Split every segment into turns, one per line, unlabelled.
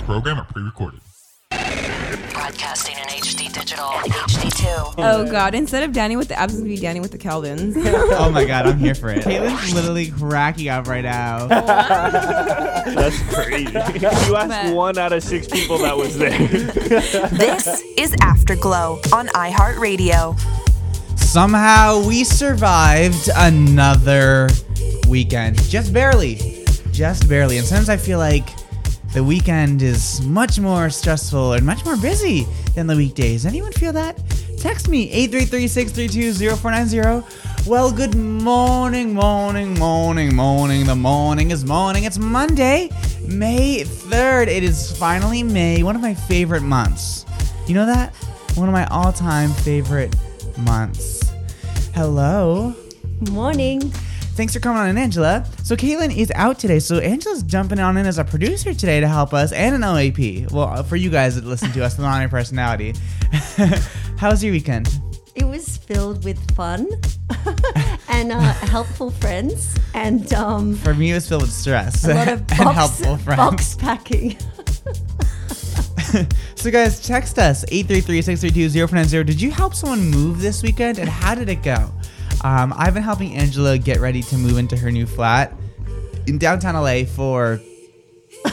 program are pre-recorded.
Podcasting in HD Digital, HD2.
Oh god, instead of Danny with the abs, it's gonna be Danny with the Calvins.
Oh my god, I'm here for it. Caitlin's literally cracking up right now.
That's crazy. you asked
But-
one out of six people that was there.
This is Afterglow on iHeartRadio.
Somehow we survived another weekend. Just barely. Just barely. And sometimes I feel like the weekend is much more stressful and much more busy than the weekdays. Anyone feel that? Text me 833-632-0490. Well, good morning, morning, morning, morning. The morning is morning. It's Monday, May 3rd. It is finally May, one of my favorite months. You know that? One of my all-time favorite months. Hello.
Morning.
Thanks for coming on in, Angela. So Caitlin is out today, so Angela's jumping on in as a producer today to help us and an OAP. Well, uh, for you guys that listen to us, the non personality. How was your weekend?
It was filled with fun and uh, helpful friends and um,
For me, it was filled with stress
a lot of box,
and helpful friends.
box packing.
So guys, text us 833-632-0490. Did you help someone move this weekend, and how did it go? Um, I've been helping Angela get ready to move into her new flat in downtown LA for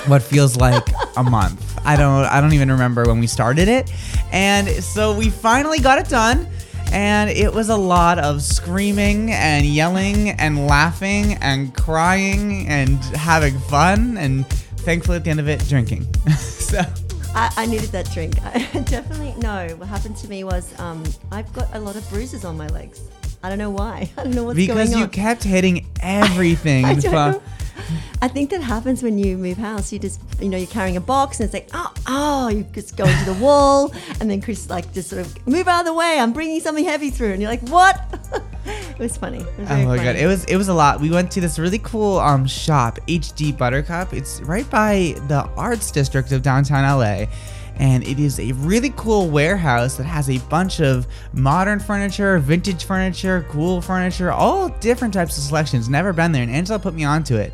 what feels like a month. I don't I don't even remember when we started it. And so we finally got it done. And it was a lot of screaming and yelling and laughing and crying and having fun and thankfully at the end of it drinking. so
I, I needed that drink. I definitely no. What happened to me was um, I've got a lot of bruises on my legs. I don't know why. I don't know what's
because
going on.
you kept hitting everything.
I
It's
don't
fun.
know. I think that happens when you move house. You just, you know, you're carrying a box and it's like, oh, oh, you just go into the wall. And then Chris, like, just sort of move out of the way. I'm bringing something heavy through. And you're like, what? it was funny. It was
Oh
very
my god,
funny.
it was it was a lot. We went to this really cool um shop, HD Buttercup. It's right by the Arts District of downtown LA. And it is a really cool warehouse that has a bunch of modern furniture, vintage furniture, cool furniture, all different types of selections. Never been there, and Angela put me onto it.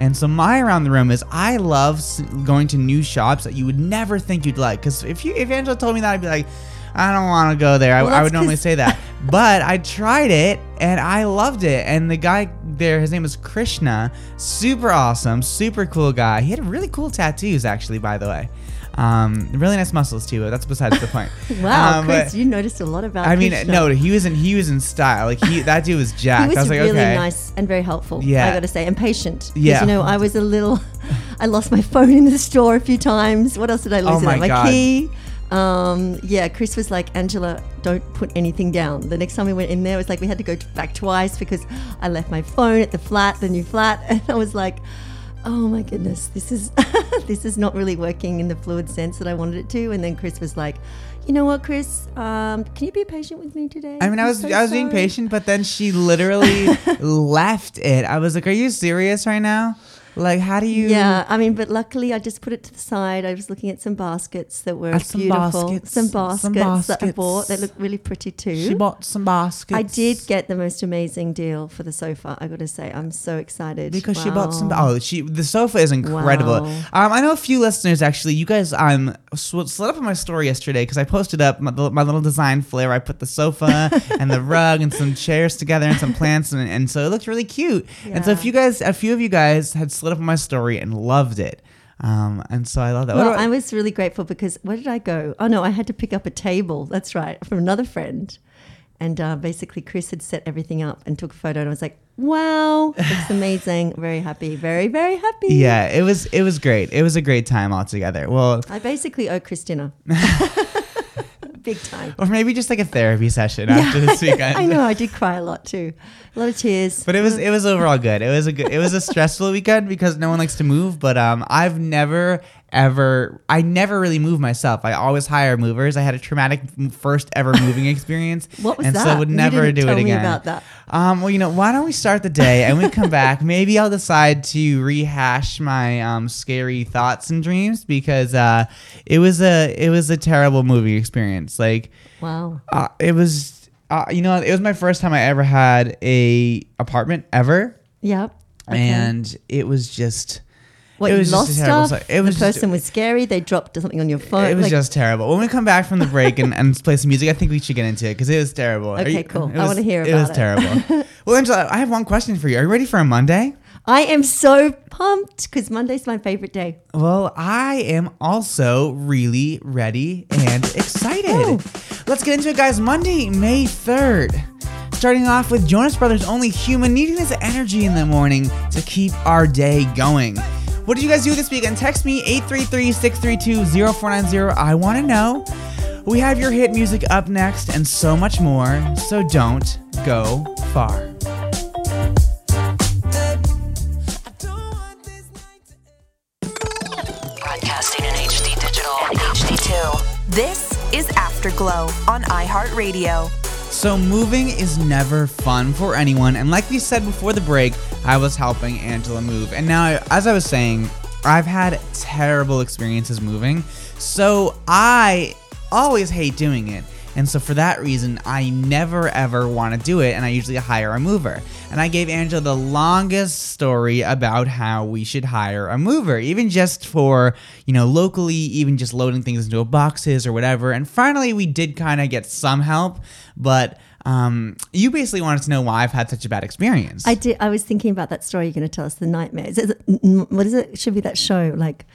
And so my around the room is I love s- going to new shops that you would never think you'd like. Because if you if Angela told me that, I'd be like, I don't want to go there. I,
Well,
I
that's
would normally
'cause-
say that, but I tried it and I loved it. And the guy there, his name is Krishna, super awesome, super cool guy. He had really cool tattoos, actually, by the way. Um, really nice muscles too. But that's besides the point.
Wow,
Um, but-
Chris, you noticed a lot about
I mean,
Krishna.
no, he was in he was in style. Like he, that dude was jacked.
He was,
I was like,
really
okay,
nice and very helpful.
Yeah.
I got to say, and patient. 'Cause,
Yeah.
You know, I was a little. I lost my phone in the store a few times. What else did I lose?
Oh
Is it
my God.
key. Um, yeah, Chris was like, Angela, don't put anything down. The next time we went in there, it was like we had to go t- back twice because I left my phone at the flat, the new flat, and I was like, oh my goodness, this is this is not really working in the fluid sense that I wanted it to. And then Chris was like, you know what, Chris, um, can you be patient with me today?
I mean, I
I'm
was
so
I was being
sorry."
patient, but then she literally left it. I was like, are you serious right now? Like, how do you?
Yeah, I mean, but luckily I just put it to the side. I was looking at some baskets that were
At some
beautiful.
baskets,
some baskets
some
that I
baskets.
bought that look really pretty too.
She bought some baskets.
I did get the most amazing deal for the sofa. I got to say, I'm so excited
because she bought some.
Wow.
Oh, she the sofa is incredible.
Wow.
Um, I know a few listeners actually. You guys um sw- slid up on my story yesterday because I posted up my, my little design flair. I put the sofa and the rug and some chairs together and some plants and, and so it looked really cute. And so if
Yeah.
you guys, a few of you guys had slid up on my story and loved it. Um, and so I love that. What
Well,
about-
I was really grateful because where did I go? Oh no, I had to pick up a table. That's right, from another friend. And uh, basically, Chris had set everything up and took a photo, and I was like, "Wow, it's amazing! Very happy, very, very happy."
yeah, it was it was great. It was a great time altogether. Well,
I basically owe Chris dinner. Big time.
or maybe just like a therapy session after this weekend.
I know I did cry a lot too. A lot of tears.
But it was it was overall good. It was a good, it was a stressful weekend because no one likes to move. But um, I've never ever I never really move myself. I always hire movers. I had a traumatic m- first ever moving experience.
What was
and so
that?
I would
You
never
didn't
do
tell
it
me
again.
about that.
Um, well, you know, why don't we start the day and we come back? Maybe I'll decide to rehash my um, scary thoughts and dreams because uh, it was a it was a terrible moving experience. Like
wow.
uh, it was, uh, you know, it was my first time I ever had a apartment ever,
Yep. Okay.
and it was just,
What
It
you
was just
lost
a terrible
stuff?
si- it was
the
just-
person was scary. They dropped something on your phone.
It was
like-
just terrible. When we come back from the break and, and play some music, I think we should get into it because it was terrible. Are
Okay,
you-
cool.
it
I
was-
wanna hear
It was
about it.
terrible. well, Angela, I have one question for you. Are you ready for a Monday?
I am so pumped because Monday's my favorite day.
Well, I am also really ready and excited.
Ooh.
Let's get into it, guys. Monday, May 3rd. Starting off with Jonas Brothers Only Human needing this energy in the morning to keep our day going. What did you guys do this weekend? Text me 833 632 0490. I want to know. We have your hit music up next and so much more, so don't go far.
Broadcasting in HD digital. HD2. This is Afterglow on iHeartRadio.
So, moving is never fun for anyone. And like we said before the break, I was helping Angela move. And now, as I was saying, I've had terrible experiences moving. So, I always hate doing it. And so, for that reason, I never ever want to do it. And I usually hire a mover. And I gave Angela the longest story about how we should hire a mover, even just for, you know, locally, even just loading things into boxes or whatever. And finally, we did kind of get some help, but um, you basically wanted to know why I've had such a bad experience.
I did. I was thinking about that story you're going to tell us. The nightmares. Is it- n- n- What is it? Should be that show like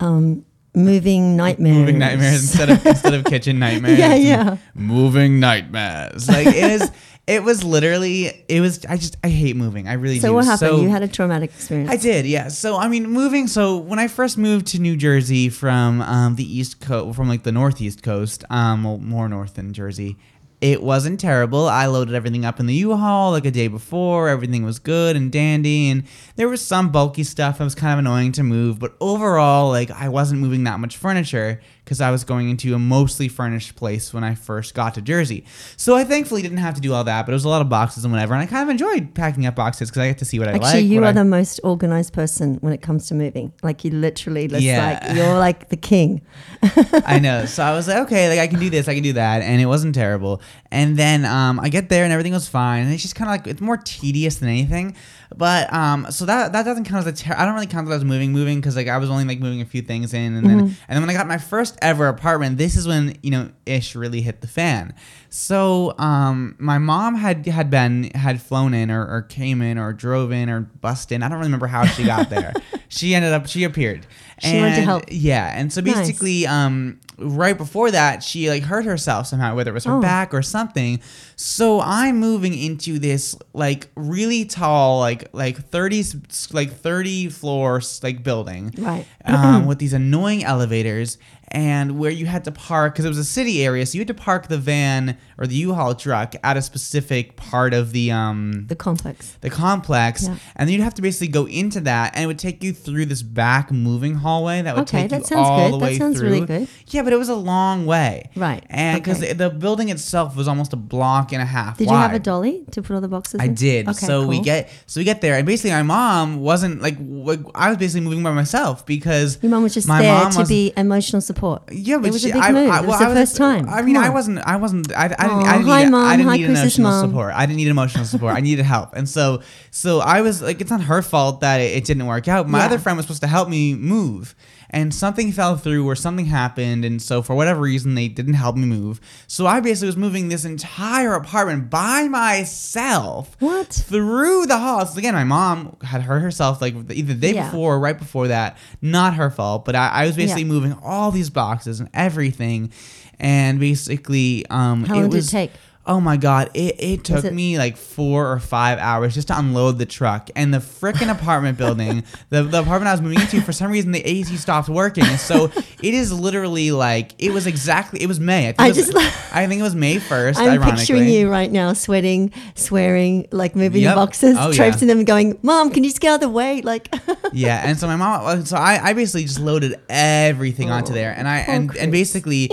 um, moving nightmares.
moving nightmares instead of instead of kitchen nightmares.
Yeah,
it's
yeah.
Moving nightmares. Like it is. It was literally. It was. I just. I hate moving. I really do.
So what happened?
So-
you had a traumatic experience.
I did, yeah. So I mean, moving. So when I first moved to New Jersey from um, the East Coast, from like the Northeast Coast, um, well, more north than Jersey, it wasn't terrible. I loaded everything up in the U-Haul like a day before. Everything was good and dandy, and there was some bulky stuff that was kind of annoying to move. But overall, like I wasn't moving that much furniture because I was going into a mostly furnished place when I first got to Jersey. So I thankfully didn't have to do all that, but it was a lot of boxes and whatever. And I kind of enjoyed packing up boxes because I get to see what I
Actually,
like.
you
what
are
I-
the most organized person when it comes to moving. Like you literally, just
Yeah.
like you're like the king.
I know. So I was like, okay, like I can do this, I can do that, and it wasn't terrible. And then um, I get there and everything was fine, and it's just kind of like it's more tedious than anything. But um, so that that doesn't count as a ter- I don't really count that as moving, moving because like I was only like moving a few things in, and
Mm-hmm.
then and then when I got my first ever apartment, this is when you know ish really hit the fan. So um, my mom had had been had flown in or, or came in or drove in or bussed in. I don't really remember how she got there. she ended up she appeared.
She wanted to
And-
help.
Yeah, and so
Nice.
basically basically, um right before that she like hurt herself somehow whether it was her
Oh.
back or something so i'm moving into this like really tall like like 30 s- like 30 floors like building
Right.
um, with these annoying elevators and where you had to park because it was a city area so you had to park the van or the u-haul truck at a specific part of the um
The complex.
the complex,
Yeah.
and then you'd have to basically go into that, and it would take you through this back moving hallway that would
Okay,
take
that
you
sounds
all
good.
the
That
way
sounds
through.
really good.
Yeah, but it was a long way,
Right,
And because
okay.
the building itself was almost a block and a half.
Did
wide.
you have a dolly to put all the boxes?
I
in?
did.
Okay,
so we
cool.
get so we get there, and basically my mom wasn't like w- I was basically moving by myself because
Your mom was just
my
there
mom
to
was-
be emotional support.
yeah, but
it was
she,
a big
I,
move.
I,
it
well,
was
I
the
was-
first time.
I mean,
Come
I
on.
wasn't. I wasn't. I, I didn't. I
Aw,
didn't
hi,
need,
Mom.
I didn't
Hi,
need
Chris's
emotional
mom.
support. I didn't need emotional support. I needed help, and so so I was like, it's not her fault that it, it didn't work out. My
Yeah.
other friend was supposed to help me move, and something fell through or something happened, and so for whatever reason they didn't help me move. So I basically was moving this entire apartment by myself.
What?
through the halls? Again, my mom had hurt herself like either the day
Yeah.
before or right before that. Not her fault, but I, I was basically
Yeah.
moving moving all these boxes and everything. And basically, um,
How long did it
was,
take?
Oh my god, it, it took
it-
me like four or five hours just to unload the truck and the freaking apartment building. The, the apartment I was moving into, for some reason, the AC stopped working. So it is literally like it was exactly it was May. I think,
I
it, was,
just lo-
I think it was May first.
I'm
ironically.
picturing you right now, sweating, swearing, like moving
Yep.
the boxes,
Oh, yeah.
traipsing them, going, "Mom, can you just get out of the way?" Like,
yeah and so my mom uh, so i, I basically just loaded
Eh,
everything onto there and i and, and basically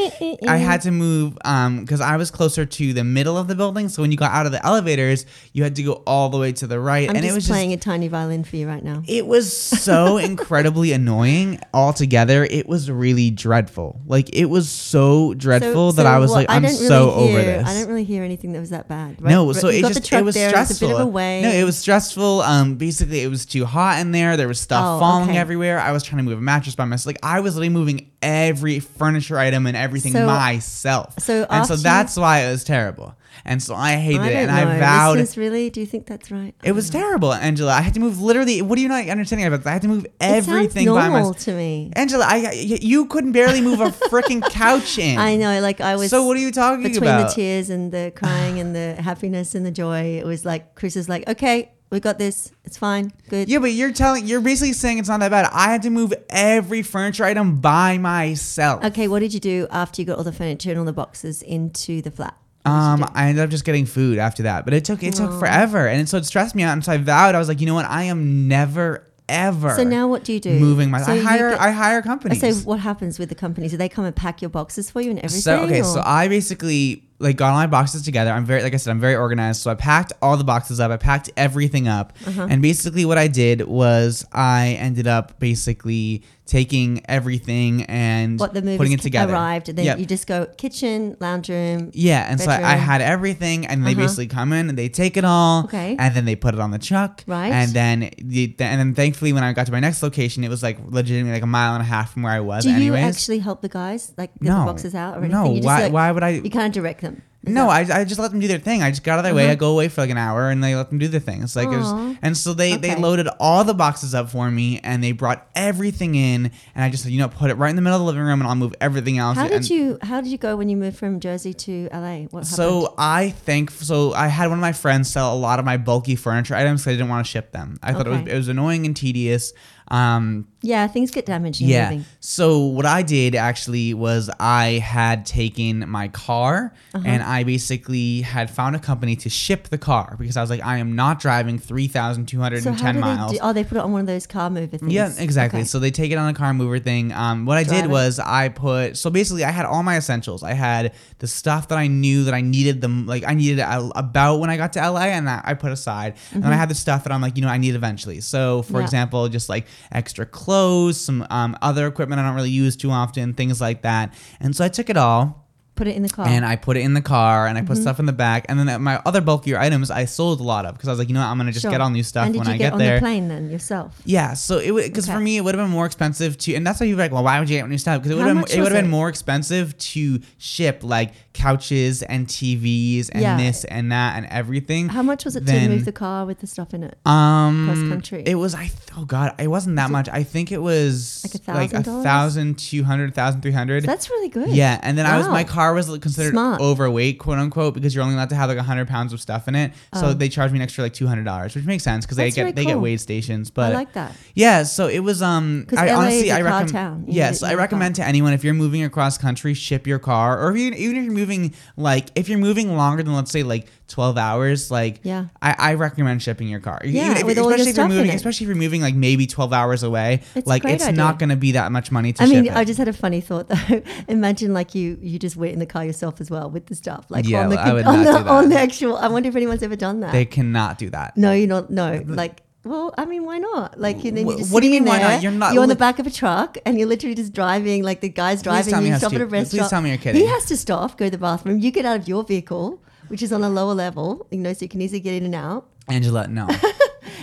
i had to move um because i was closer to the middle of the building. So when you got out of the elevators, you had to go all the way to the right.
I'm
and
just
it was just
playing a tiny violin for you right now.
it was so incredibly annoying altogether. It was really dreadful. Like it was so dreadful that I was
what-
like, I'm
don't really
so over
hear-
this.
I don't really hear anything that was that bad. Right?
no,
But
so
you
it
got the
just it
truck
was
there,
stressful.
It's a bit of a way.
No, it was stressful. Um, basically, it was too hot in there. There was stuff
Oh,
falling
okay.
everywhere. I was trying to move a mattress by myself. Like I was literally moving every furniture item and everything
So-
myself.
so
and so
after you-
that's why it was terrible. And so I hated
I
it,
don't
and
know.
I vowed.
Listeners, really? Do you think that's right? I
It was
don't know.
terrible, Angela. I had to move literally. What are you not understanding about this? I had to move
It sounds
everything by
normal
myself.
to me.
Angela, I y- you couldn't barely move a freaking couch in.
I know, like I was.
So what are you talking
between
about?
the tears and the crying and the happiness and the joy? It was like Chris is like, okay, we got this. It's fine. Good.
Yeah, but you're telling you're basically saying it's not that bad. I had to move every furniture item by myself.
Okay, what did you do after you got all the furniture and all the boxes into the flat? What did you
Um,
do?
I ended up just getting food after that, but it took it took forever, and so it stressed me out. And so I vowed, I was like, you know what, I am never ever.
So now what do you do?
Moving my,
So
I
you
hire
get-
I hire companies.
So what happens with the company? Do they come and pack your boxes for you and everything?
So okay,
or-
so I basically like got all my boxes together. I'm very like I said, I'm very organized. So I packed all the boxes up. I packed everything up.
Uh-huh.
And basically what I did was I ended up basically taking everything and
what the movie
putting it together.
arrived, and then
Yep.
you just go kitchen, lounge room.
Yeah, and so I, I
bedroom.
had everything, and they
Uh-huh.
basically come in and they take it all,
Okay.
and then they put it on the truck,
Right.
And then, the, and then thankfully, when I got to my next location, it was like legitimately like a mile and a half from where I was.
Do you
anyways,
actually help the guys like get
No.
the boxes out or anything?
No,
You just,
why-
like-
why would I-
You kind of direct them. Is
No,
that-
I, I just let them do their thing. I just got out of their way. I go away for like an hour and they let them do their thing. It's like, it was,
Mm-hmm. Aw.
and so they, they
Okay.
loaded all the boxes up for me and they brought everything in. And I just said, you know, put it right in the middle of the living room and I'll move everything else.
How
And
did you How did you go when you moved from Jersey to LA? What happened?
So I think so. I had one of my friends sell a lot of my bulky furniture items because I didn't want to ship them. I thought it was
Okay.
it was annoying and tedious. Um,
yeah, things get damaged. In
yeah.
moving.
So what I did actually was I had taken my car
Uh-huh.
and I basically had found a company to ship the car because I was like, I am not driving three thousand two hundred
So
and
how
ten
do
miles.
they do? Oh, they put it on one of those car mover things.
Yeah, exactly.
Okay.
So they take it on a car mover thing. Um, what I
Drive
did
it.
was I put so basically I had all my essentials. I had the stuff that I knew that I needed them like I needed a- about when I got to LA, and that I put aside. And then I had the stuff that I'm like you know I need eventually. So for
Mm-hmm. Yeah.
example, just like extra clothes, some um, other equipment I don't really use too often, things like that. And so I took it all.
put it in the car.
And I put it in the car, and I
Mm-hmm.
put stuff in the back, and then my other bulkier items I sold a lot of because I was like, you know, what, I'm gonna just
Sure.
get all new stuff
And did
when
you
I
get,
get,
on
there.
the plane then yourself?
Yeah, so it would because for
Okay.
me it would have been more expensive to, and that's why you're like, well, why would you get new stuff? Because it would
How
have
much
been, it would
was
have been
it?
more expensive to ship like couches and TVs and
Yeah.
this and that and everything.
How much was it to
than-
move the car with the stuff in it?
um
cross country?
It was I th- oh god, it wasn't that much. I think it was
Like a
like a
thousand dollars?
thousand two hundred, thousand three hundred.
That's really good.
Yeah, and then I was my
Wow.
car was considered
Smart.
overweight, quote unquote, because you're only allowed to have like 100 pounds of stuff in it. So
Oh.
they charged me an extra like 200 dollars, which makes sense because they
That's
get
very
they get
cool.
weigh stations. But
like that.
Yeah, so it was um.
'Cause
I
LA is
honestly
a
I
car
recommend.
town. You
Yes,
need- you
I
need a
recommend to anyone if you're moving across country, ship your car, or even even if you're moving like if you're moving longer than let's say like 12 hours, like
Yeah.
I, I recommend shipping your car. E,
Yeah,
Even if-
with all your
especially if you're
stuff in
moving,
it.
especially if you're moving like maybe 12 hours away,
It's a
like
great
it's not
idea.
going to be that much money to
I
ship.
mean,
it.
I just had a funny thought though. Imagine like you you just wait in the car yourself as well with the stuff, like
Yeah,
on the
I would
on
not
the,
do that.
on the actual. I wonder if anyone's ever done that.
they cannot do that.
no, you're not. No, like. Well, I mean, why not? Like, and then
Wh-
you're just
what do you
sitting
mean, why not?
there,
You're not-
You're on the
li-
back of a truck, and you're literally just driving. Like the guy's driving.
tell me
you
how
stop at a
stupid- please
restaurant.
tell me you're kidding.
He has to stop, go to the bathroom. You get out of your vehicle, which is on a lower level, you know, so you can easily get in and out.
Angela, no.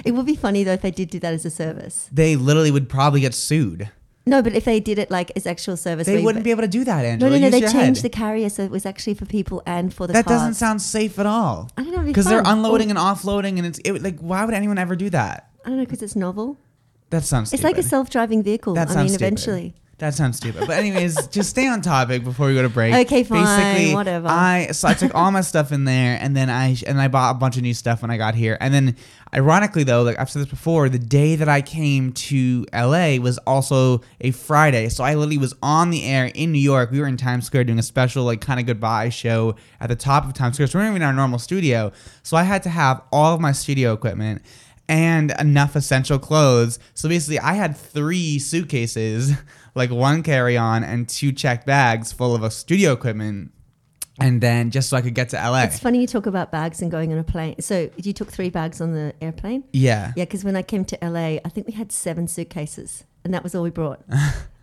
It would be funny though if they did do that as a service.
they literally would probably get sued.
No, but if they did it like as actual service,
They
where you-
wouldn't be able to do that,
No,
Angela.
no, no.
Use
They
your
changed the
head.
carrier, so it was actually for people and for the
That doesn't
cars.
sound safe at all.
I don't know, it'd be
Because they're
fun.
unloading and offloading, and it's it, would- like, why would anyone ever do that?
I don't know because it's novel.
That sounds
It's
stupid.
like a self-driving vehicle.
That
I
sounds
mean,
stupid.
eventually.
That sounds stupid. But anyways, just stay on topic before we go to break.
Okay, fine, whatever.
I so I took all my stuff in there, and then I and I bought a bunch of new stuff when I got here. And then, ironically though, like I've said this before, the day that I came to LA was also a Friday, so I literally was on the air in New York. We were in Times Square doing a special like kind of goodbye show at the top of Times Square. So we weren't even in our normal studio, so I had to have all of my studio equipment. And enough essential clothes. So basically, I had three suitcases, like one carry on and two checked bags full of uh, studio equipment and then just so I could get to LA.
It's funny you talk about bags and going on a plane. So you took three bags on the airplane?
Yeah.
Yeah, because when I came to LA, I think we had seven suitcases, and that was all we brought.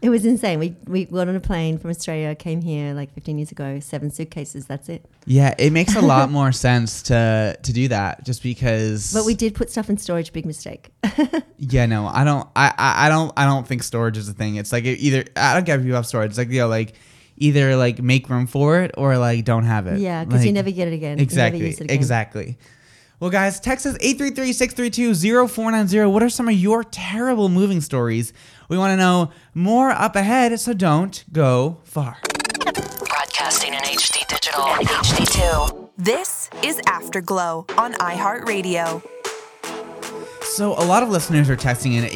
it was insane. We we got on a plane from Australia, came here like 15 years ago, seven suitcases. That's it.
Yeah, it makes a lot more sense to to do that just because
But we did put stuff in storage. Big mistake.
Yeah, no, I don't. I, I, I don't. I don't think storage is a thing. It's like it either I don't care if you have storage. It's like you know, like either like make room for it or like don't have it.
yeah, because you
Like,
never get it again. You never
Exactly.
use it again.
Exactly. Well, guys, text us 833-632-0490. What are some of your terrible moving stories? We want to know more up ahead, so don't go far.
Broadcasting in HD digital. HD2. This is Afterglow on iHeartRadio.
So a lot of listeners are texting in at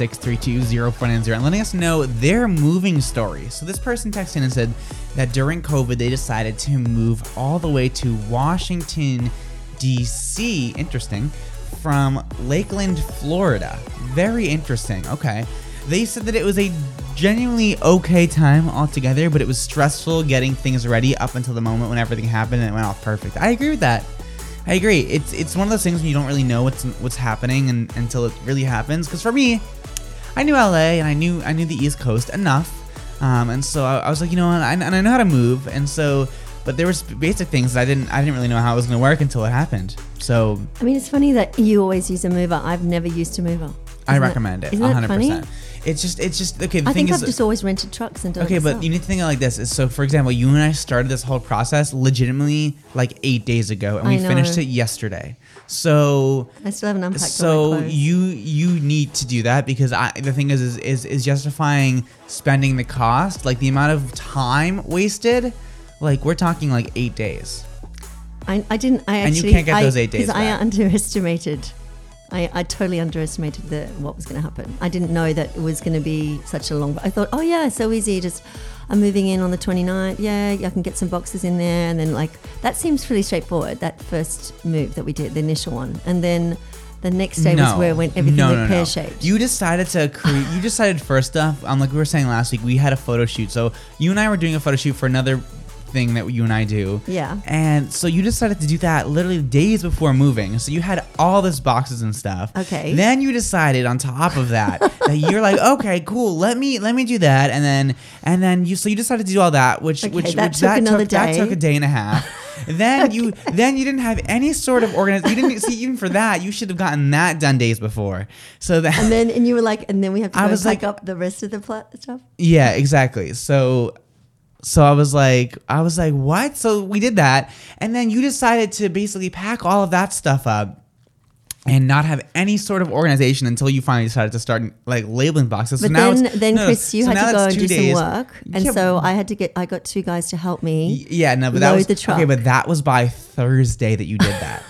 833-632-0490 and letting us know their moving story. So this person texted in and said that during COVID they decided to move all the way to Washington, DC. Interesting. From Lakeland, Florida. Very interesting. Okay. They said that it was a genuinely okay time altogether, but it was stressful getting things ready up until the moment when everything happened and it went off perfect. I agree with that. I agree. It's it's one of those things when you don't really know what's what's happening and, until it really happens. Because for me, I knew LA and I knew I knew the East Coast enough, um, and so I, I was like, you know, what, I, and I know how to move, and so. But there was basic things that I didn't I didn't really know how it was going to work until it happened. So
I mean, it's funny that you always use a mover. I've never used a mover.
I
Isn't that-
recommend it.
Isn't that funny?
100%. It's just it's just okay. The
I
thing
think I've
is,
just always rented trucks and done
Okay,
it
but
myself.
you need to think of it like this. Is So, for example, you and I started this whole process legitimately like eight days ago, and
I
we finished
know.
it yesterday. So
I still haven't unpacked all my
So
clothes.
you you need to do that because I the thing is is is, is justifying spending the cost like the amount of time wasted. Like we're talking like eight days.
I, I didn't. I
And you
actually.
can't get
I-
those eight days
'cause I
back.
underestimated. I, I totally underestimated the what was going to happen. I didn't know that it was going to be such a long. I thought, oh yeah, so easy. Just I'm moving in on the 29th. Yeah, I can get some boxes in there, and then like that seems pretty straightforward. That first move that we did, the initial one, and then the next day was where when everything
no,
went
no, no.
pear shaped.
You decided to create. You decided first off, um, like we were saying last week, we had a photo shoot. So you and I were doing a photo shoot for another thing that you and I do.
Yeah.
And so you decided to do that literally days before moving. So you had all this boxes and stuff.
Okay.
Then you decided on top of that that you're like, okay, cool. Let me let me do that, and then and then you so you decided to do all that, which
Okay,
which,
that
which
took another
that
day.
took a day and a half. Then you then you didn't have any sort of organiz You didn't see even for that. You should have gotten that done days before. So that
and then and you were like, and then we have to
I
go
was
pack
like-
up the rest of the plot stuff.
yeah, exactly. So so I was like I was like what? So we did that, and then you decided to basically pack all of that stuff up. And not have any sort of organization until you finally decided to start like labeling boxes. So
But
now
then,
it's-
then
no, no,
Chris, you
so
had
now
to go
that's
and
two
do
days.
some work, and
Yeah,
so I had to get. I got two guys to help me.
Yeah, no, but that
load
was
the
okay.
truck.
But that was by Thursday that you did that.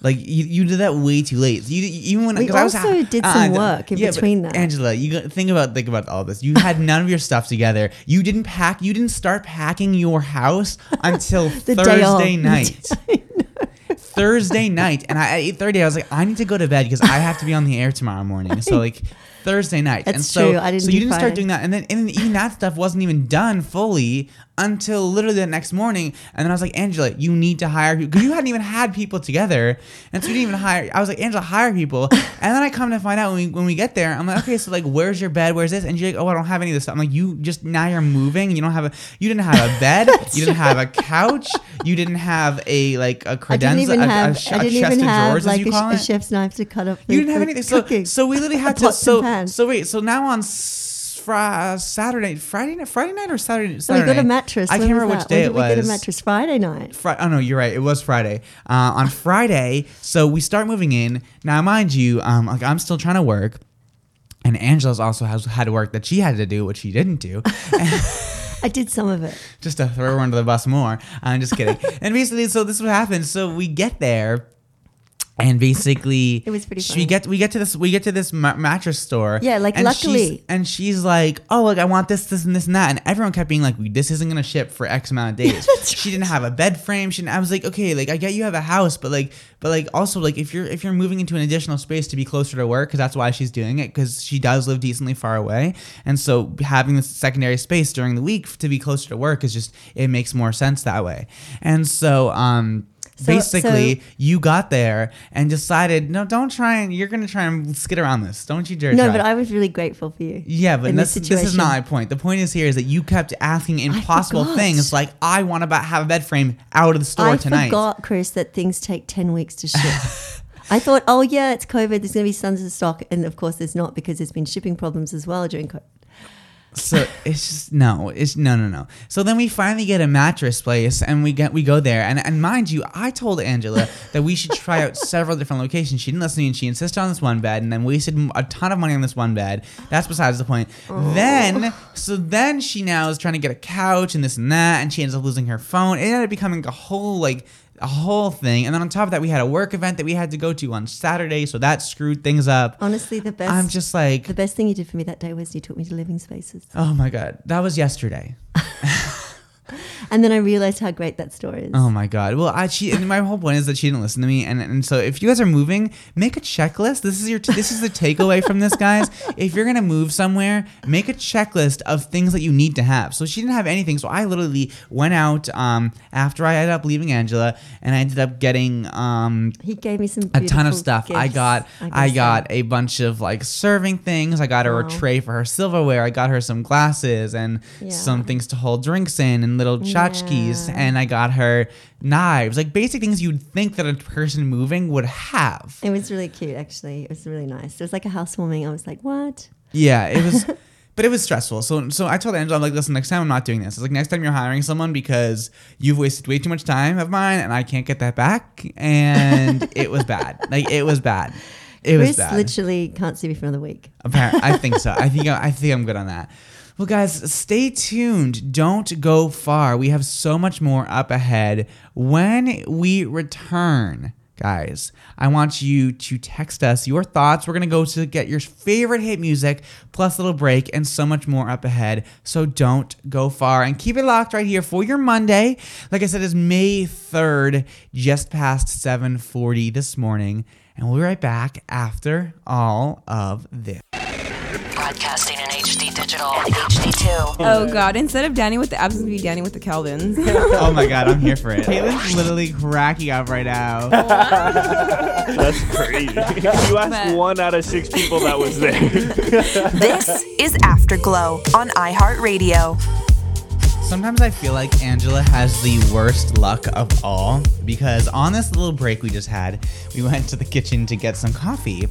like you, you did that way too late. You even when
We
'cause I was- uh,
also did some work in
but
between that.
Angela, you got- think about think about all this. You had none of your stuff together. You didn't pack. You didn't start packing your house until
The day of.
Thursday
The
night. Thursday night, and I at eight thirty, I was like, I need to go to bed because I have to be on the air tomorrow morning. So like Thursday night, and
That's
so
true. I didn't
so you
do
didn't start
Friday.
doing that, and then and then even that stuff wasn't even done fully until literally the next morning. And then I was like, Angela, you need to hire because you hadn't even had people together, and so you didn't even hire. I was like, Angela, hire people, and then I come to find out when we when we get there, I'm like, okay, so like, where's your bed? Where's this? And you're like, oh, I don't have any of this stuff. I'm like, you just now you're moving. You don't have a you didn't have a bed. you didn't have a couch. You didn't have a like a
I didn't
credenza,
even
a,
have.
a, sh-
I
a
didn't
chest
even
of
have
drawers,
like
as you
a, sh-
call
a
it.
chef's knife to cut up.
You didn't have anything. So,
cooking.
so we literally had to.
Pots and
So,
pans.
so wait. So now on s- fri- Saturday, Friday night, Friday night or Saturday?
So we
Saturday
got a
night?
mattress.
I
When
can't
was
remember which
that? When
day it
did We get
was.
a mattress Friday night.
Fri- oh no, you're right. It was Friday. Uh, on Friday, so we start moving in. Now, mind you, um, like I'm still trying to work, and Angela's also has had work that she had to do, which she didn't do.
I did some of it.
just to throw her under the bus more. I'm just kidding. and basically, so this is what happens. So we get there. and basically
It was pretty
she-
funny.
we get we get to this we get to this ma- mattress store
Yeah, like,
and she's-
luckily.
and she's like oh look i want this this and this and that and everyone kept being like this isn't gonna ship for x amount of days she didn't have a bed frame she didn't, i was like okay like i get you have a house but like but like also like if you're if you're moving into an additional space to be closer to work because that's why she's doing it because she does live decently far away and so having this secondary space during the week f- to be closer to work is just it makes more sense that way and so um
So-
basically
so-
you got there and decided, no, don't try and you're gonna try and skid around this. Don't you dare.
No,
try.
but I was really grateful for you.
Yeah, but
in
this,
this
this is
situation.
not my point. The point is here is that you kept asking impossible
forgot.
things like, I want to have a bed frame out of the store
I
tonight.
forgot, Chris, that things take 10 weeks to ship. I thought, oh, yeah, it's COVID. There's going to be tons of stock. And of course, there's not because there's been shipping problems as well during COVID.
So it's just no, it's no, no, no. So then we finally get a mattress place, and we get we go there, and and mind you, I told Angela that we should try out several different locations. She didn't listen to me, and she insisted on this one bed, and then wasted m- a ton of money on this one bed. That's besides the point. Then so then she now is trying to get a couch and this and that, and she ends up losing her phone. It ended up becoming a whole like a whole thing, and then on top of that, we had a work event that we had to go to on Saturday, so that screwed things up.
Honestly, the best.
I'm just like,
The best thing you did for me that day was you took me to Living Spaces.
oh my god, that was yesterday.
And then I realized how great that store is.
Oh my god. Well, I she and my whole point is that she didn't listen to me, and and so if you guys are moving, make a checklist. This is your this is the takeaway from this, guys. If you're gonna move somewhere, make a checklist of things that you need to have. So she didn't have anything. So I literally went out um after I ended up leaving Angela, and I ended up getting um
He gave me some
a ton of
beautiful
stuff. I
gifts.
got I,
guess
got a bunch of like serving things. I got her a tray for her silverware. I got her some glasses and
Yeah.
some things to hold drinks in and little tchotchkes. And I got her knives, like basic things you'd think that a person moving would have.
It was really cute, actually. It was really nice. It was like a housewarming. I was like, what?
Yeah, it was, but it was stressful. So, so I told Angela, I'm like, listen, next time I'm not doing this. It's like next time you're hiring someone because you've wasted way too much time of mine, and I can't get that back. And it was bad. Like it was bad. It was
Chris
bad.
literally can't see me for another week.
Apparently, I think so. I think I think I'm good on that. Well, guys, stay tuned. Don't go far. We have so much more up ahead. When we return, guys, I want you to text us your thoughts. We're gonna go to get your favorite hit music, plus a little break, and so much more up ahead. So don't go far and keep it locked right here for your Monday. Like I said, it's May third, just past seven forty this morning. And we'll be right back after all of this.
Broadcasting in HD Digital. HD2.
Oh God! Instead of dining with the Absons, we dining with the Calvins.
oh my god, I'm here for it. Caitlin's literally cracking up right now.
That's crazy. you asked
But-
one out of six people that was there.
This is Afterglow on iHeartRadio.
Sometimes I feel like Angela has the worst luck of all because on this little break we just had, we went to the kitchen to get some coffee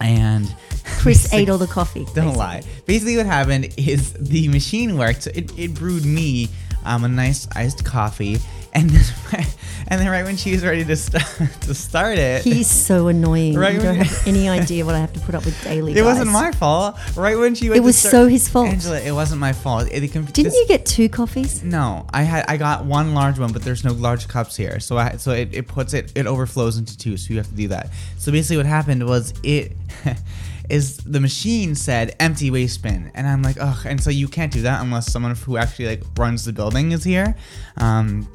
and
Chris ate all the coffee.
Don't lie. Basically, what happened is the machine worked. So it, it brewed me um, a nice iced coffee, and then, and then right when she was ready to start to start it,
He's so annoying.
Right,
you don't
when-
have any idea what I have to put up with daily.
it wasn't
guys.
my fault. Right when she went
It
to
was
start-
so his fault.
Angela, it wasn't my fault. It, it conf-
Didn't
this-
you get two coffees?
No, I had I got one large one, but there's no large cups here, so I so it, it puts it it overflows into two, so you have to do that. So basically, what happened was it is the machine said empty waste bin, and I'm like, ugh, and so you can't do that unless someone who actually like runs the building is here. Um,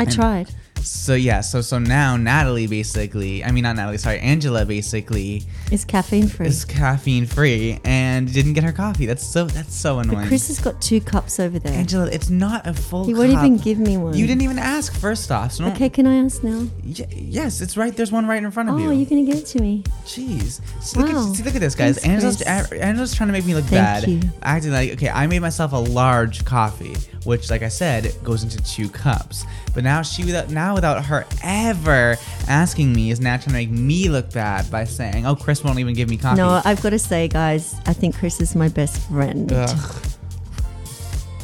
I tried.
so yeah, so so now Natalie basically, I mean not Natalie, sorry, Angela basically
It's caffeine free.
is caffeine free and didn't get her coffee. That's so that's so annoying.
but Chris has got two cups over there.
Angela, it's not a full.
He won't
cup.
even give me one.
You didn't even ask first off. So don't,
Okay, can I ask now?
Y- yes, it's right. There's one right in front of
Oh,
you.
you're gonna give it to me.
Jeez. So look,
Wow.
at, see, look at this, guys.
Thanks,
Angela's,
Chris.
A- Angela's trying to make me look
Thank
bad.
you.
Acting like, okay, I made myself a large coffee, which, like I said, goes into two cups. But now she, without, now without her ever asking me, is now trying to make me look bad by saying, oh, Chris won't even give me coffee.
No, I've got to say, guys, I think Chris is my best friend.
Ugh.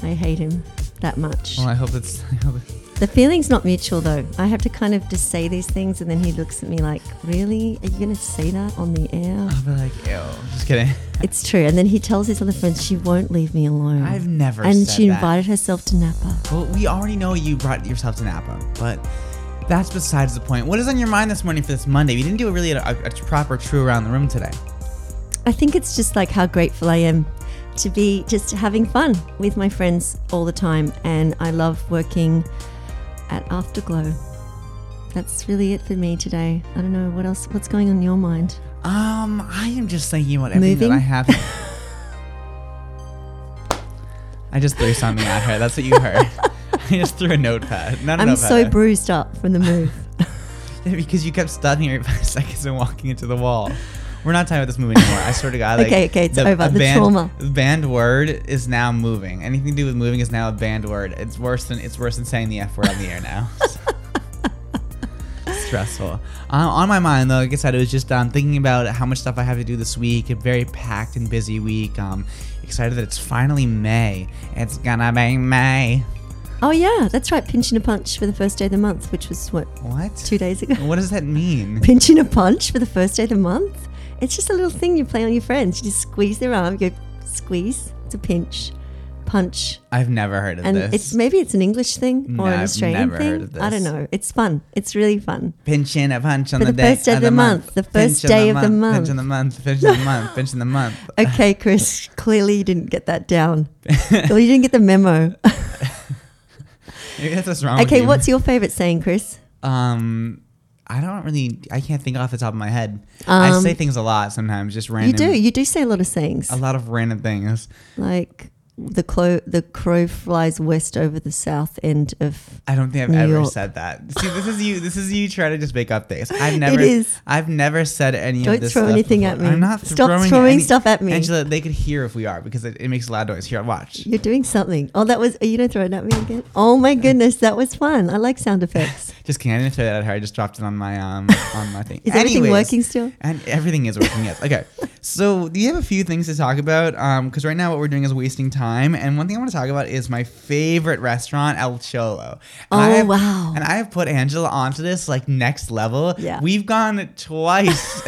I hate him that much.
Well, I hope it's. I hope it's
The feeling's not mutual though. I have to kind of just say these things, and then he looks at me like, "Really? Are you gonna say that on the air?"
I'll be like, ew. Just kidding.
It's true. And then he tells his other friends she won't leave me alone.
I've never
And
said
she
that.
invited herself to Napa.
Well, we already know you brought yourself to Napa, but That's besides the point. What is on your mind this morning for this Monday? We didn't do a really a, a proper true around the room today.
I think it's just like how grateful I am to be just having fun with my friends all the time. And I love working at Afterglow. That's really it for me today. I don't know what else, what's going on in your mind?
Um, I am just thinking about everything that I
Moving?
have. I just threw something at her. That's what you heard. I just threw a notepad. Not a
I'm
notepad.
so bruised up from the move.
because you kept stopping every five seconds and walking into the wall. We're not talking about this move anymore. I swear to God. Like,
Okay, okay, it's over.
a
The
banned-
trauma.
Banned word is now moving. Anything to do with moving is now a banned word. It's worse than it's worse than saying the f word on the air now. Stressful. Um, on my mind though, like I said, it was just um, thinking about how much stuff I have to do this week. A very packed and busy week. Um, excited that it's finally May. It's gonna be May.
oh, yeah, that's right. Pinching a punch for the first day of the month, which was what,
What?
two days ago?
What does that mean?
Pinching a punch for the first day of the month? It's just a little thing you play on your friends. You just squeeze their arm, you go squeeze, it's a pinch, punch.
I've never heard of
and
this.
it's maybe it's an English thing
No,
or an
I've
Australian
never
thing.
heard of
I
this.
don't know. It's fun. It's really fun.
Pinch in a punch on
For
the,
the
day
first day of the month, the first
Pinch in
day of the
Pinch in the month. Pinch in the month. Pinch in the month.
Okay, Chris. clearly, you didn't get that down. well, you didn't get the memo.
Maybe that's what's wrong. with
okay,
you.
what's your favorite saying, Chris?
um? I don't really. I can't think off the top of my head. I
Um,
say things a lot sometimes, just random. Um,
You do. You do say a lot of sayings,
a lot of random things.
like the clo- the crow flies west over the south end of.
I don't think I've
New
ever
York.
said that. See, this is you. This is you trying to just make up things. I've never.
is.
I've never said any of
Don't
this.
throw
stuff
anything
before.
at me.
I'm not
Stop
throwing,
throwing
any-
stuff at me.
Angela. They could hear if we are because it, it makes a loud noise. Here, watch.
You're doing something. Oh, that was. Are you going to throw it at me again? Oh, my goodness. That was fun. I like sound effects.
Just kidding. I didn't throw that at her. I just dropped it on my um on my thing.
Is everything
Anyways.
working still?
And everything is working, yes. Okay. So, do you have a few things to talk about? Because right now, what we're doing is wasting time. And one thing I want to talk about is my favorite restaurant, El Cholo. And I
Oh,
have-
wow.
And I have put Angela onto this like next level.
Yeah.
We've gone twice.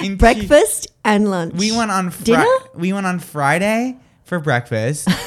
in two-
Breakfast and lunch.
we went on
Dinner?
Friday. We went on Friday for breakfast.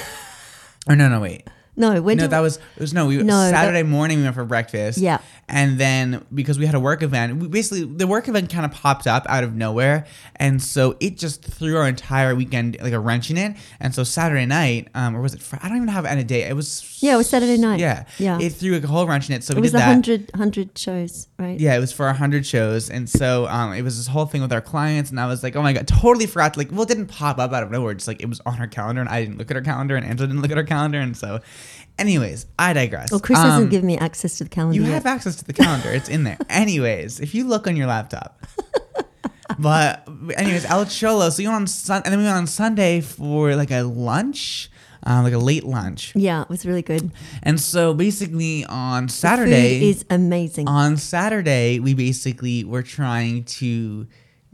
or no, no, wait.
No, when
No,
did
that was it was no. We
No, that-
Saturday morning we went for breakfast.
Yeah.
and then because we had a work event, we basically the work event kind of popped up out of nowhere, and so it just threw our entire weekend like a wrench in it. And so Saturday night, um, or was it? Fri- I don't even have any day. It was
Yeah, it was Saturday night.
Yeah,
Yeah.
It threw a whole wrench in it. So
It
we
was
did
a
that.
hundred hundred shows, right?
Yeah, it was for 100 shows. And so um, it was this whole thing with our clients. And I was like, oh my God, totally forgot. to, Like, well, it didn't pop up out of nowhere. Just like it was on her calendar and I didn't look at her calendar and Angela didn't look at her calendar. And so, anyways, I digress.
Well, Chris
Um,
hasn't given me access to the calendar.
You
yet.
have access to the calendar, it's in there. anyways, if you look on your laptop. but, anyways, El Cholo. So you went on Sun, and then we went on Sunday for like a lunch, uh, like a late lunch.
Yeah, it was really good.
And so basically on Saturday.
Food is amazing.
on Saturday, we basically were trying to,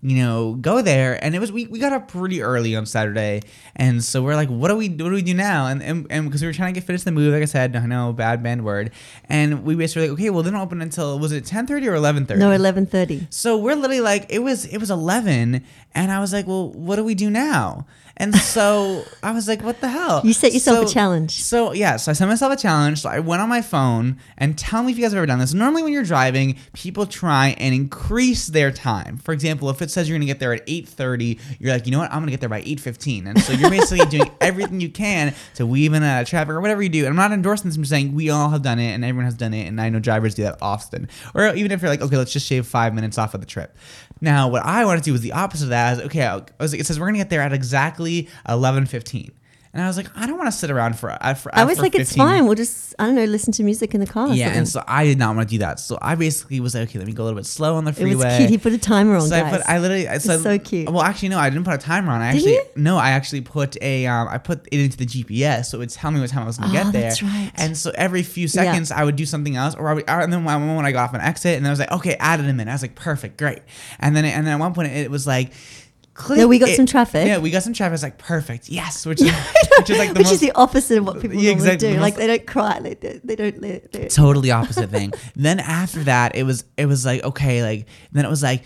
you know, go there, and it was we, we got up pretty early on Saturday, and so we're like, what do we what do we do now? And and and because we were trying to get finished the move, like I said, I know bad band word, and we basically were like, okay, well, they don't open until was it ten thirty or eleven thirty?
no, eleven thirty.
So we're literally like, it was it was eleven, and I was like, well, what do we do now? And so I was like, what the hell?
You set yourself a challenge.
So yeah, so I set myself a challenge. So I went on my phone and tell me if you guys have ever done this. Normally, when you're driving, people try and increase their time. For example, if it says you're gonna get there at eight thirty, you're like, you know what, I'm gonna get there by eight fifteen, and so you're basically doing everything you can to weave in a traffic or whatever you do. And I'm not endorsing this. I'm saying we all have done it, and everyone has done it, and I know drivers do that often. Or even if you're like, okay, let's just shave five minutes off of the trip. Now, what I wanted to do was the opposite of that. I was, okay, I was like, it says we're gonna get there at exactly eleven fifteen. And I was like, I don't want to sit around for. I, for uh,
I was
for
like, it's
15
fine. We'll just I don't know, listen to music in the car. or
Yeah, and
something.
so I did not want to do that. So I basically was like, okay, let me go a little bit slow on the
it
freeway.
was cute. He put a timer on,
so I
guys.
put, I literally, I- so,
It's so cute.
Well, actually, no, I didn't put a timer on. I
Didn't
actually,
you?
no, I actually put a, um, I put it into the GPS, so it would tell me what time I was gonna
Oh,
get there.
that's right.
And so every few
Yeah.
seconds, I would do something else, or I would, and then when when I got off an exit, and I was like, okay, added a minute. I was like, perfect, great. And then, and then at one point, it was like. click
we got
it-
some traffic.
Yeah, we got some traffic. It's like perfect. Yes, which is, which is like the
Which
most,
is the opposite of what people
Yeah,
normally
exactly.
do.
The
Like
most-
they don't cry. They, they, they don't. They, they,
totally opposite thing. then after that, it was it was like okay, like then it was like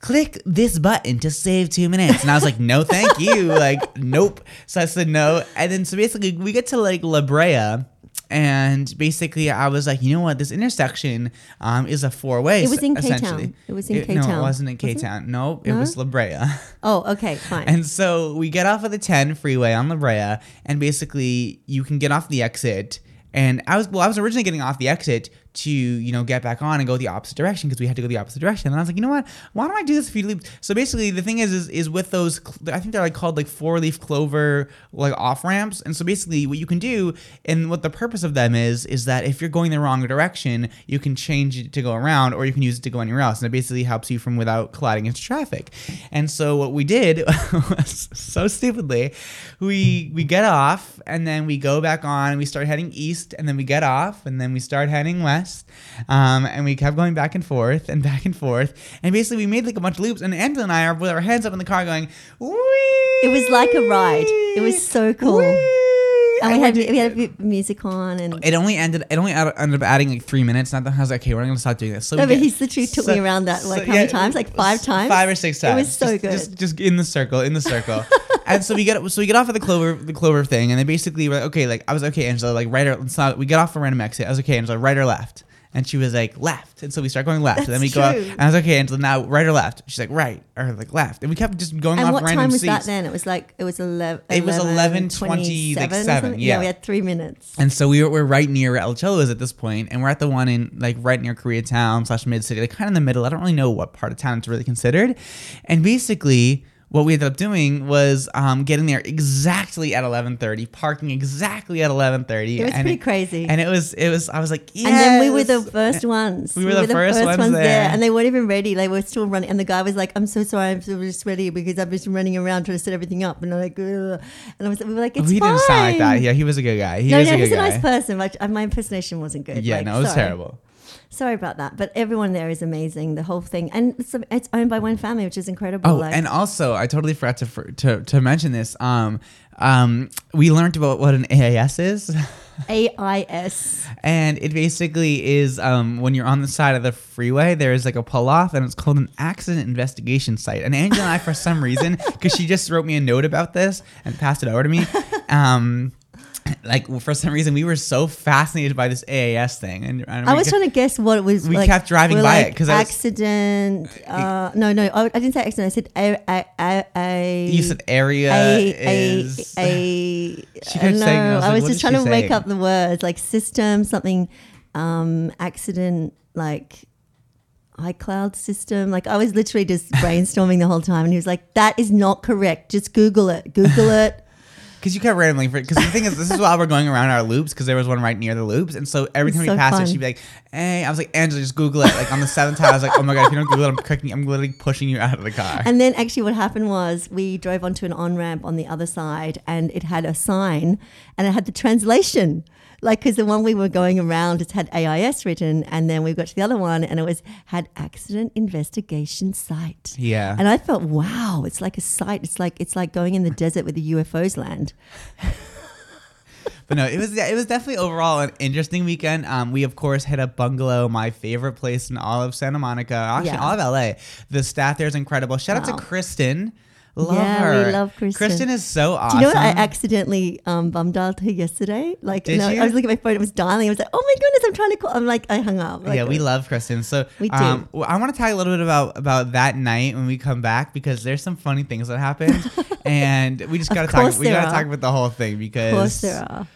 click this button to save two minutes, and I was like, no, thank you, like nope. So I said no, and then so basically we get to like La Brea. And basically, I was like, you know what? This intersection um, is a four way.
It was in K-Town. It was in
No,
K-Town.
it wasn't in
Was
K
it?
Town. Nope, it was La Brea.
Oh, okay, fine.
And so we get off of the 10 freeway on La Brea, and basically you can get off the exit. And I was well, I was originally getting off the exit to you know get back on and go the opposite direction because we had to go the opposite direction. And I was like, you know what? Why don't I do this a few loops? So basically, the thing is, is, is with those, cl- I think they're like called like four leaf clover like off ramps. And so basically, what you can do and what the purpose of them is, is that if you're going the wrong direction, you can change it to go around or you can use it to go anywhere else. And it basically helps you from without colliding into traffic. And so what we did was so stupidly, we we get off and then we go back on, we start heading east, and then we get off, and then we start heading west. Um, and we kept going back and forth and back and forth. And basically we made like a bunch of loops and Angela and I are with our hands up in the car going, Wee!
it was like a ride. It was so cool. and we had,
did-
we had a bit of music on and
it only ended. It only add- ended up adding like three minutes. Not that I was like, okay, we're gonna stop doing this. So
No,
we
but
get-
he's literally took me around that, like, how many times? Like, five
s-
times?
five or six
It
times.
was so
Just-
good.
Just, just in the circle, in the circle. and so we get so we get off of the clover the clover thing, and then basically we're like, okay, like I was okay, Angela, like right or let's not. We get off a random exit. I was okay, Angela, right or left. And she was like left, and so we start going left, and then we
That's
go. Out,
true.
and I was like, okay, Angela, now right or left? She's like right or like left, and we kept just going
and
off
what
random
time was
seats.
that then? It was like it was eleven.
It was 11, 20, like,
27, or
seven,
something?
yeah.
we had three minutes.
And so we were, we're right near where El Cholo is at this point, and we're at the one in like right near Koreatown slash mid city, like kind of in the middle. I don't really know what part of town it's really considered. And basically, what we ended up doing was um, getting there exactly at eleven thirty, parking exactly at eleven thirty.
It was
and
pretty crazy.
And it was it was I was like, yes.
And then we were the first ones.
We were the first ones there.
and they weren't even ready. They were still running, and the guy was like, "I'm so sorry, I'm so sweaty because I've just been running around trying to set everything up." And I'm like, Ugh. and I was, we were like, "It's
he
fine."
didn't sound like that. Yeah, he was a good guy. He
no,
was
no,
a good
he's a
guy.
nice person. But uh, my impersonation wasn't good.
yeah,
Like,
no, it was
sorry.
terrible.
Sorry about that. But everyone there is amazing. The whole thing, and it's, it's owned by one family, which is incredible.
Oh,
like,
and also I totally forgot to for, to to mention this. Um, um, we learned about what an AIS is.
AIS.
And it basically is um, when you're on the side of the freeway, there is like a pull off, and it's called an accident investigation site. And Angela and I, for some reason, because she just wrote me a note about this and passed it over to me, um, like for some reason, we were so fascinated by this AAS thing. And, and
I
we
was
kept-
trying to guess what it was.
we
like,
kept driving
we're
by
like,
it 'cause I was-
accident. uh, no, no, I, I didn't say accident. I said a a a a.
You said area
a
is.
a a.
She kept
no,
saying it. I
I
was
was,
like, what
just
is
trying
she
to make
saying?
up the words like system something, um, accident like. iCloud system. Like I was literally just brainstorming the whole time, and he was like, "That is not correct. Just Google it. Google it."
Because you kept randomly, because the thing is, this is why we're going around our loops, because there was one right near the loops. And so every
It's
time we
so
passed
fun.
it, she'd be like, hey, I was like, Angela, just Google it. Like on the seventh time, I was like, oh my God, if you don't Google it, I'm, cooking, I'm literally pushing you out of the car.
And then actually, what happened was we drove onto an on ramp on the other side, and it had a sign, and it had the translation. Like, because the one we were going around, it had AIS written, and then we got to the other one, and it was had accident investigation site.
Yeah.
And I thought, wow, it's like a site. It's like it's like going in the desert with the UFOs land.
But no, it was it was definitely overall an interesting weekend. Um, we of course hit up Bungalow, my favorite place in all of Santa Monica, actually
Yeah.
all of LA. The staff there is incredible. Shout out
Wow.
to Kristen. Love
Yeah, we
her.
love Kristen.
Kristen is so awesome.
Do you know what I accidentally um, bum dialed her yesterday? Like,
Did
no,
you?
I was looking at my phone. It was dialing. I was like, oh my goodness, I'm trying to call. I'm like, I hung up. Like,
yeah, we love Kristen. So
We do.
Um, well, I want to talk a little bit about about that night when we come back because there's some funny things that happened, and we just
Of
gotta talk.
course
We
there
gotta
are.
talk about the whole thing because
Of course, there are.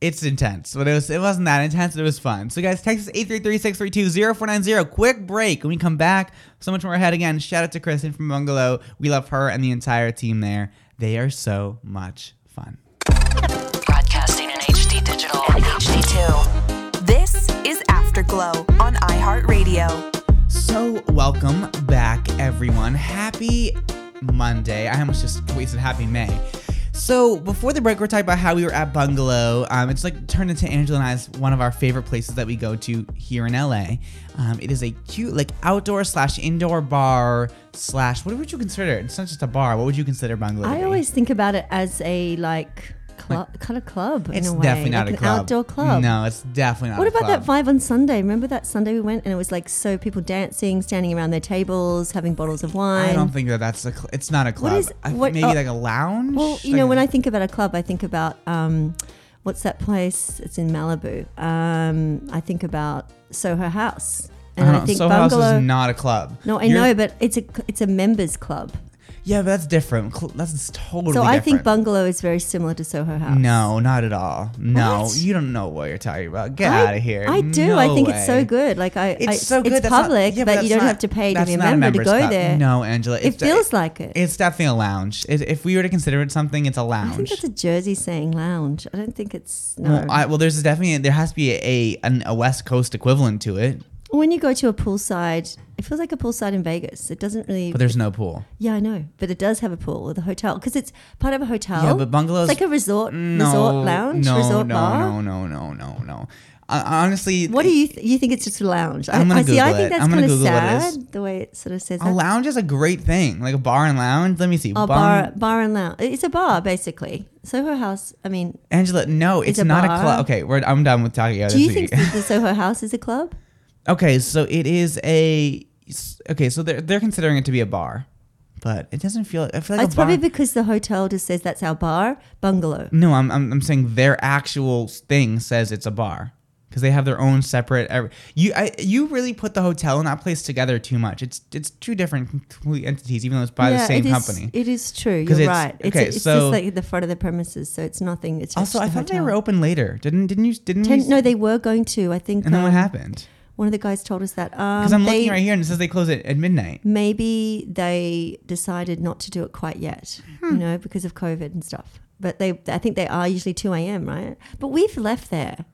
it's intense, but it was it wasn't that intense. It was fun. So guys, text us 833-632-0490. Quick break. When we come back, so much more ahead again. Shout out to Kristen from Bungalow. We love her and the entire team there. They are so much fun.
Broadcasting in HD digital HD2. This is Afterglow on iHeartRadio.
So welcome back, everyone. Happy Monday. I almost just wasted happy May. So before the break, we are talking about how we were at Bungalow. Um, it's like turned into Angela and I's one of our favorite places that we go to here in LA. Um, it is a cute like outdoor slash indoor bar slash what would you consider? it? It's not just a bar. What would you consider Bungalow? to
I
be?
always think about it as a like club, kind of club
It's
in a way,
definitely not
like
a
an
club.
outdoor club.
No, it's definitely not.
What
a
about
club.
that vibe on Sunday? Remember that Sunday we went and it was like so people dancing, standing around their tables, having bottles of wine.
I don't think that that's a. Cl- it's not a club.
is-
I-
what-
maybe
oh.
like a lounge.
Well, you
Like
know,
a-
when I think about a club, I think about um, what's that place? It's in Malibu. Um, I think about Soho House, and I,
don't-
think
Uh-huh. Soho House
Bungalow.
is not a club.
no, I
You're-
know, but it's a it's a members club.
Yeah, but that's different. Cl- That's totally
so I think
different.
Bungalow is very similar to Soho House.
No, not at all. No,
What?
you don't know what you're talking about. Get
I-
out of here.
I do.
No
I think it's
way.
so good. Like I,
It's
I,
so good.
It's
that's not-
public,
yeah,
but, you
that's
don't
not-
have to pay to
that's
be a
not
member to
members
go
club.
there.
No, Angela.
it feels like it.
It's definitely a lounge. If- if we were to consider it something, it's a
I think
lounge.
that's a Jersey saying lounge. I don't think it's no.
well, I, well, there's definitely there has to be a, an, a West Coast equivalent to it,
when you go to a poolside, it feels like a poolside in Vegas. It doesn't really.
but there's no pool.
Yeah, I know, but it does have a pool with a hotel because it's part of a hotel.
Yeah, but bungalows-
It's like a resort,
No
resort lounge,
no,
resort
no,
bar.
No, no, no, no, no. I, honestly,
What do you th- you think? It's just a lounge.
I'm gonna
I see. I
Google it.
think that's
I'm gonna
kind of
Google what it is.
sad the way it sort of says
A
that.
lounge is a great thing, like a bar and lounge. Let me see.
Oh,
Bung-
bar, bar and lounge. It's a bar basically. Soho House. I mean,
Angela, no, it's,
It's a
not a
bar.
club. Okay, we're, I'm done with talking about
do
this
you
week.
think that the Soho House is a club?
Okay, so it is a okay. So they're they're considering it to be a bar, but it doesn't feel. I feel like
it's
a bar.
probably because the hotel just says that's our bar bungalow.
no, I'm, I'm I'm saying their actual thing says it's a bar because they have their own separate. every- You I, you really put the hotel and that place together too much. It's it's two different complete entities, even though it's by the same
it is,
company.
It is true.
'Cause
You're
it's-
right. It's,
okay,
it's
so-
just like the front of the premises, so it's nothing. It's
also,
just
I
the
thought they
hotel.
were open later. Didn't didn't you didn't
Ten,
we-
no, they were going to. I think.
And then what
um,
happened?
One of the guys told us that.
Because
Um,
I'm
they,
looking right here and it says they close it at midnight.
Maybe they decided not to do it quite yet,
Hmm.
you know, because of COVID and stuff. But they, I think they are usually two a.m. Right? But we've left there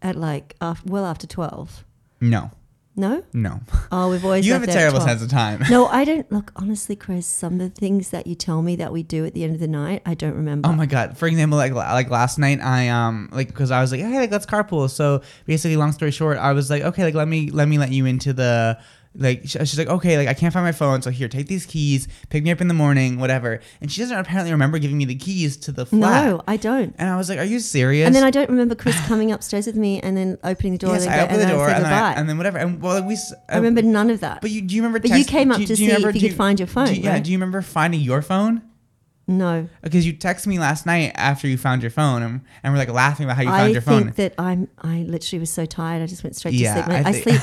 at like af well after twelve.
No,
No.
no.
Oh, we've always
you have
left
a
there at
terrible
12.
sense of time.
No, I don't. Look, honestly, Chris, some of the things that you tell me that we do at the end of the night, I don't remember.
Oh my god! For example, like like last night, I um like because I was like, hey, like let's carpool. So basically, long story short, I was like, okay, like let me let me let you into the like sh- she's like, okay, like I can't find my phone, so here, take these keys, pick me up in the morning, whatever. And she doesn't apparently remember giving me the keys to the flat.
no, I don't.
And I was like, are you serious?
And then I don't remember Chris coming upstairs with me and then opening the door
yes,
and
I
then go-
opened the
and
door
I said
and,
goodbye.
I, and then whatever. And well, like, we s-
I remember none of that.
But you do you remember?
But you came up to see if you
do
could find your phone,
do you- Yeah.
right?
Do you remember finding your phone?
no,
Because you texted me last night after you found your phone, and, and we're like laughing about how you found
I
your
think
phone.
that I'm. I literally was so tired. I just went straight
Yeah,
to sleep.
I
I,
thi-
sleep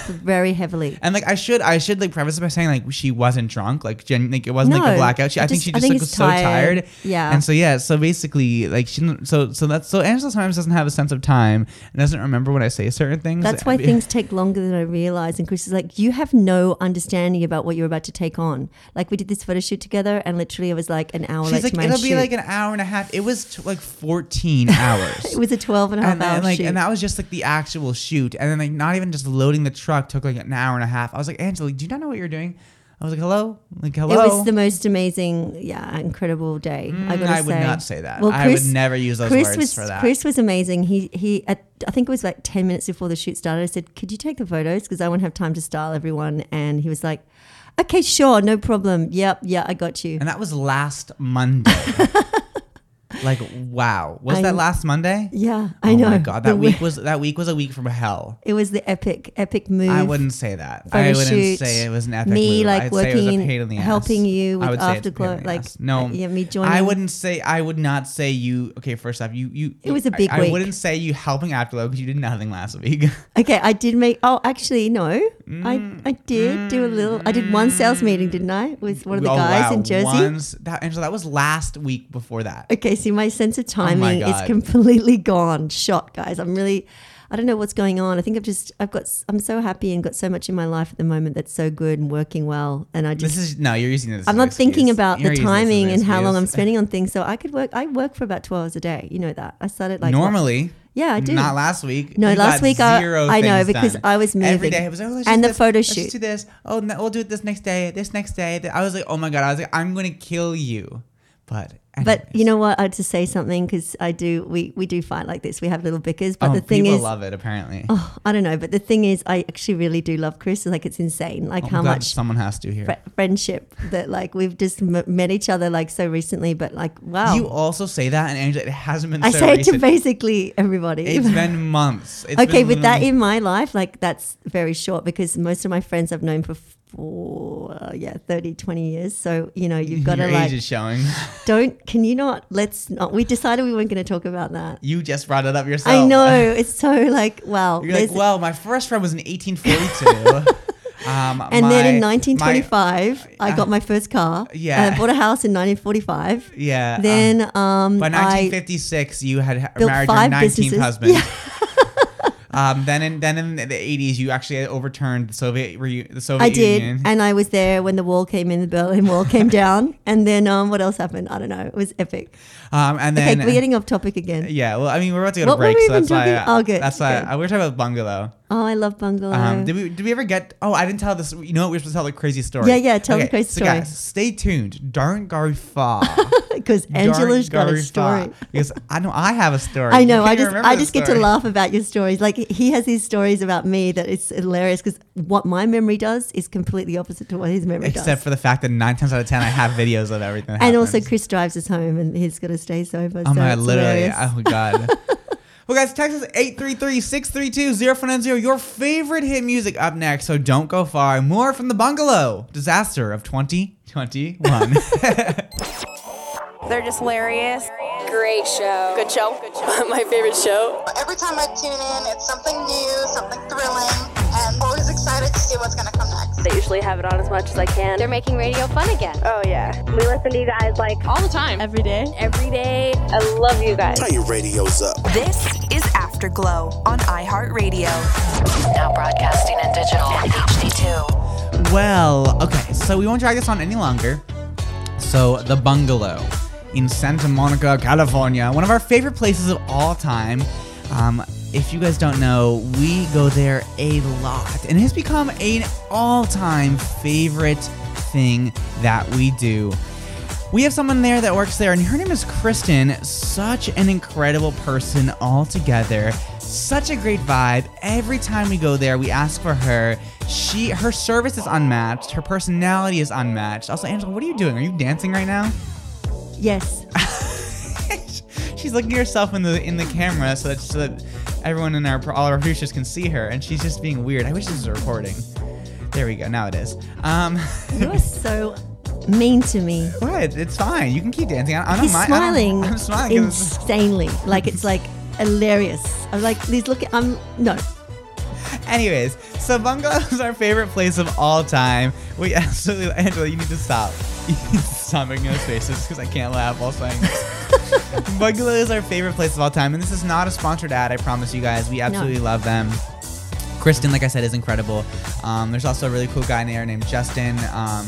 very heavily.
And like I should, I should like preface it by saying like she wasn't drunk, like gen- like it wasn't like a
No,
blackout. She, I
I
think
just-
she
I
just
think
like,
it's
was so
tired.
tired.
Yeah.
And so yeah, so basically like she didn't- so so that's so Angela sometimes doesn't have a sense of time and doesn't remember when I say certain things.
That's why things take longer than I realize. And Chris is like, you have no understanding about what you're about to take on. Like we did this photo shoot together, and literally it was like an hour
She's
late
like,
to my
it'll be
shoot.
like an hour and a half. It was t- like fourteen hours.
it was a 12 and a half
and
hour
then, like
shoot.
and that was just like the actual shoot and then like not even just loading the truck took like an hour and a half i was like angela do you not know what you're doing i was like hello like hello Mm,
It was the most amazing, yeah, incredible day. I, gotta
I would
say.
not say that. I would never use those
Chris
words
was,
for that.
Chris was amazing. He he. At, I think it was like ten minutes before the shoot started. I said, "Could you take the photos? Because I won't have time to style everyone." And he was like, "Okay, sure, no problem. Yep, yeah, I got you."
and that was last monday like wow was that
I'm-
last monday
yeah, I know.
oh my god
The
that
wi-
week was that week was a week from hell
It was the epic, epic move.
I wouldn't say that.
photo
I wouldn't
shoot,
say it was an epic
me,
move.
like,
I'd say it was a
working-
pain in the ass.
helping you
I
with
would say it's a pain
afterglow,
in the
like,
ass. no,
uh, yeah, me
I
joining-
wouldn't say. I would not say you. Okay, first off, you you.
It was a
I-
big
I,
week.
wouldn't say you helping afterglow because you did nothing last week.
Okay, I did make. Oh, actually, no,
Mm,
I I did do a little. I did one sales meeting, didn't I, with one of the
Oh,
guys
wow.
in Jersey.
Once- that, Angela, that was last week before that.
Okay, see, my sense of
Oh my
timing is
God.
completely gone. Shot, guys. I'm really, I don't know what's going on. I think I've just, I've got, s- I'm so happy and got so much in my life at the moment that's so good and working well. And I
This
just,
is no, you're using this. as
I'm
an
not thinking
excuse.
about
You're
the
using this as an
timing and how long I'm
excuse.
spending on things. So I could work, I work for about 12 hours a day. You know that. I started like,
Normally.
Yeah, I do.
Not last week.
No,
You
last
got
week I-
zero
I know,
things
because
done.
I was
Every
moving.
day I was like, oh, let's
And
do
the
this,
photo
let's
shoot.
do this. Oh, no, we'll do it this next day. This next day. I was like, oh my god. I was like, I'm gonna kill you. But
But you
anyways.
know what? I had to say something because I do, we, we do fight like this. We have little bickers. But
Oh,
the thing
people
is,
love it apparently.
oh, I don't know. But the thing is, I actually really do love Chris. Like, it's insane. Like,
I'm
how
glad
much
someone has to here.
fr- friendship that like we've just m- met each other like so recently, but like wow,
You also say that, and Angela, it hasn't been.
oh. I
so
say it to
recent.
basically everybody.
It's been months. It's
okay,
been
with that
literally-
in my life, like that's very short because most of my friends I've known for f- for uh, yeah 30 20 years so you know you've got
Your
to like
age is showing.
don't can you not let's not we decided we weren't going to talk about that
you just brought it up yourself.
I know it's so like wow
You're like,
there's-
well, my first friend was in 1842. um,
and then in
my- my-
1925 I
uh,
got my first car
yeah.
and I bought a house in 1945
yeah. uh,
then um
by
I
1956, you had ha-
built
married your
five
19th
businesses.
husband.
Yeah.
Um, then in then in the 80s, you actually overturned the Soviet reu- the Soviet
I did,
Union.
and I was there when the wall came in. The Berlin Wall came down, and then um, what else happened? I don't know. It was epic.
um, and
Okay,
then uh,
we're getting off topic again.
yeah. Well, I mean, we're about to go to
What were
break,
we
so that's
even
why.
talking- oh, good,
That's why
good.
uh, we were talking about bungalow.
Oh, I love bungalow.
Um, did we did we ever get? Oh, I didn't tell this. You know what? We're supposed to tell the crazy story.
Yeah, yeah, tell the crazy
so
story.
Guys, stay tuned. Darn Garfa.
Because Angela's got a story.
Because I know I have a story.
I
You
know.
can't
I just
remember
I
the
just get to
story.
laugh about your stories. Like he has these stories about me that it's hilarious because what my memory does is completely opposite to what his memory
Except
does.
for the fact that nine times out of ten, I have videos of everything. that
and also,
happens.
Chris drives us home, and he's got to stay sober.
Oh
so
my god,
it's
literally.
hilarious.
Oh god. well guys, text us 833-632-0490, your favorite hit music up next, so don't go far. More from the bungalow. Disaster of 2021.
They're just hilarious.
Great show. Good show. My favorite show.
Every time I tune in, it's something new, something thrilling, and always excited to see what's going to come next.
I usually have it on as much as I can. They're making radio fun again. Oh yeah. We listen to you guys like all the time. Every day. Every day. I love you guys.
Turn your radios up.
This is Afterglow on iHeartRadio. Now broadcasting in digital. HD2.
well, okay, so we won't drag this on any longer. So the bungalow in Santa Monica, California, one of our favorite places of all time. Um, if you guys don't know, we go there a lot, and it has become an all-time favorite thing that we do. We have someone there that works there, and her name is Kristen. Such an incredible person altogether. Such a great vibe. Every time we go there, we ask for her. She her service is unmatched. Her personality is unmatched. Also, Angela, what are you doing? Are you dancing right now?
yes,
she's looking at herself in the in the camera so that, so that everyone in our all our producers can see her, and she's just being weird. I wish this was a recording. There we go. Now it is. Um,
you're so mean to me.
what? It's fine. You can keep dancing. I, I don't
He's
mind. Oh I don't-
smiling.
I'm smiling. 'cause it's-
insanely. Like it's like hilarious. I'm like, these look. I'm no.
Anyways, so bungalow is our favorite place of all time. We absolutely, Angela, you need to stop. You need to stop making those faces because I can't laugh while saying this. bungalow is our favorite place of all time, and this is not a sponsored ad. I promise you guys, we absolutely love them. Kristen, like I said, is incredible. Um, there's also a really cool guy in there named Justin. Um,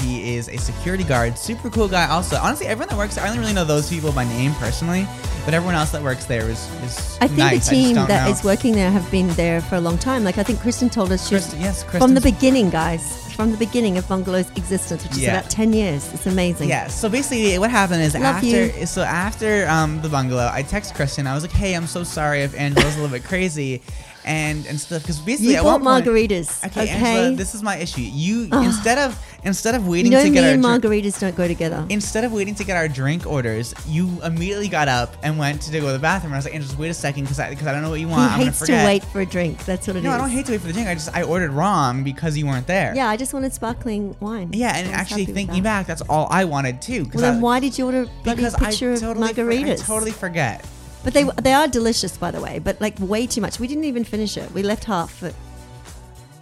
he is a security guard, super cool guy. Also, honestly, everyone that works there, I only really know those people by name personally, but everyone else that works there is is
I think
nice.
the team
I just don't
that is
know.
working there have been there for a long time. Like I think Kristen told us she's
Kristen- yes,
from the
Kristen's-
beginning, guys, from the beginning of Bungalow's existence, which is
Yeah.
about ten years. It's amazing.
Yeah. So basically, what happened is after
you.
so after um, the bungalow, I text Kristen. I was like, "Hey, I'm so sorry if Angela's a little bit crazy." And, and stuff because basically
You
at
bought
one point-
margaritas,
okay,
okay?
Angela, this is my issue. You instead of instead of
You
waiting
know,
to
me
get our
and
drink-
margaritas don't go together.
instead of waiting to get our drink orders, you immediately got up and went to go to the bathroom. And I was like, Angela, just wait a second because I because I don't know what you
he
want. I'm gonna
hates to
forget.
wait for a drink. That's what it is.
No, I don't hate to wait for the drink. I just I ordered wrong because you weren't there.
Yeah, I just wanted sparkling wine.
Yeah,
I
and
was
actually
happy with
thinking back,
that.
that's all I wanted too. 'cause
Well, then
I-
why did you order a bloody
because I
picture
totally,
of
for- I
margaritas?
totally forget.
But they they are delicious, by the way. But like way too much. We didn't even finish it. We left half. But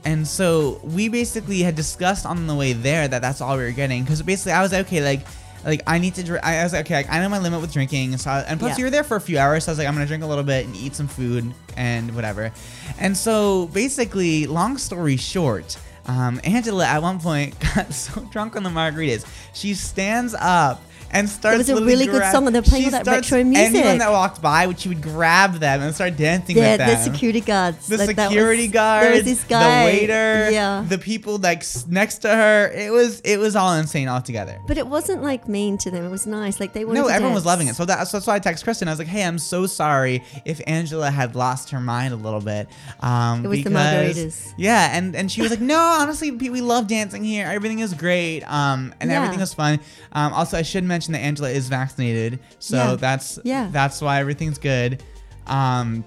And so we basically had discussed on the way there that that's all we were getting because basically I was like, okay, like, like I need to drink. I was like, okay, like, I know my limit with drinking. So I, and plus
Yeah.
you were there for a few hours, so I was like, I'm gonna drink a little bit and eat some food and whatever. And so basically, long story short. Um, Angela at one point got so drunk on the margaritas, she stands up and starts.
was a
literally
really good
grab-
song, and they're playing
she
all that
starts-
retro
Anyone
music.
that walked by, which she would grab them and start dancing
yeah,
with them
the security guards.
the
like, that was-
security
There
guards,
was this guy.
the waiter,
Yeah.
the people like s- next to her. It was it was all insane altogether.
But it wasn't like mean to them. It was nice. Like they wanted.
No,
to
everyone was
dance.
loving it. So that's, that's why I text Kristen. I was like, "Hey, I'm so sorry if Angela had lost her mind a little bit." Um,
It was the
because-
margaritas.
Yeah, and and she was like, "No, honestly, we we love dancing here. Everything is great. Um, and
Yeah.
everything is fun. Um, also, I should mention that Angela is vaccinated, so
Yeah.
that's
Yeah.
that's why everything's good. Um,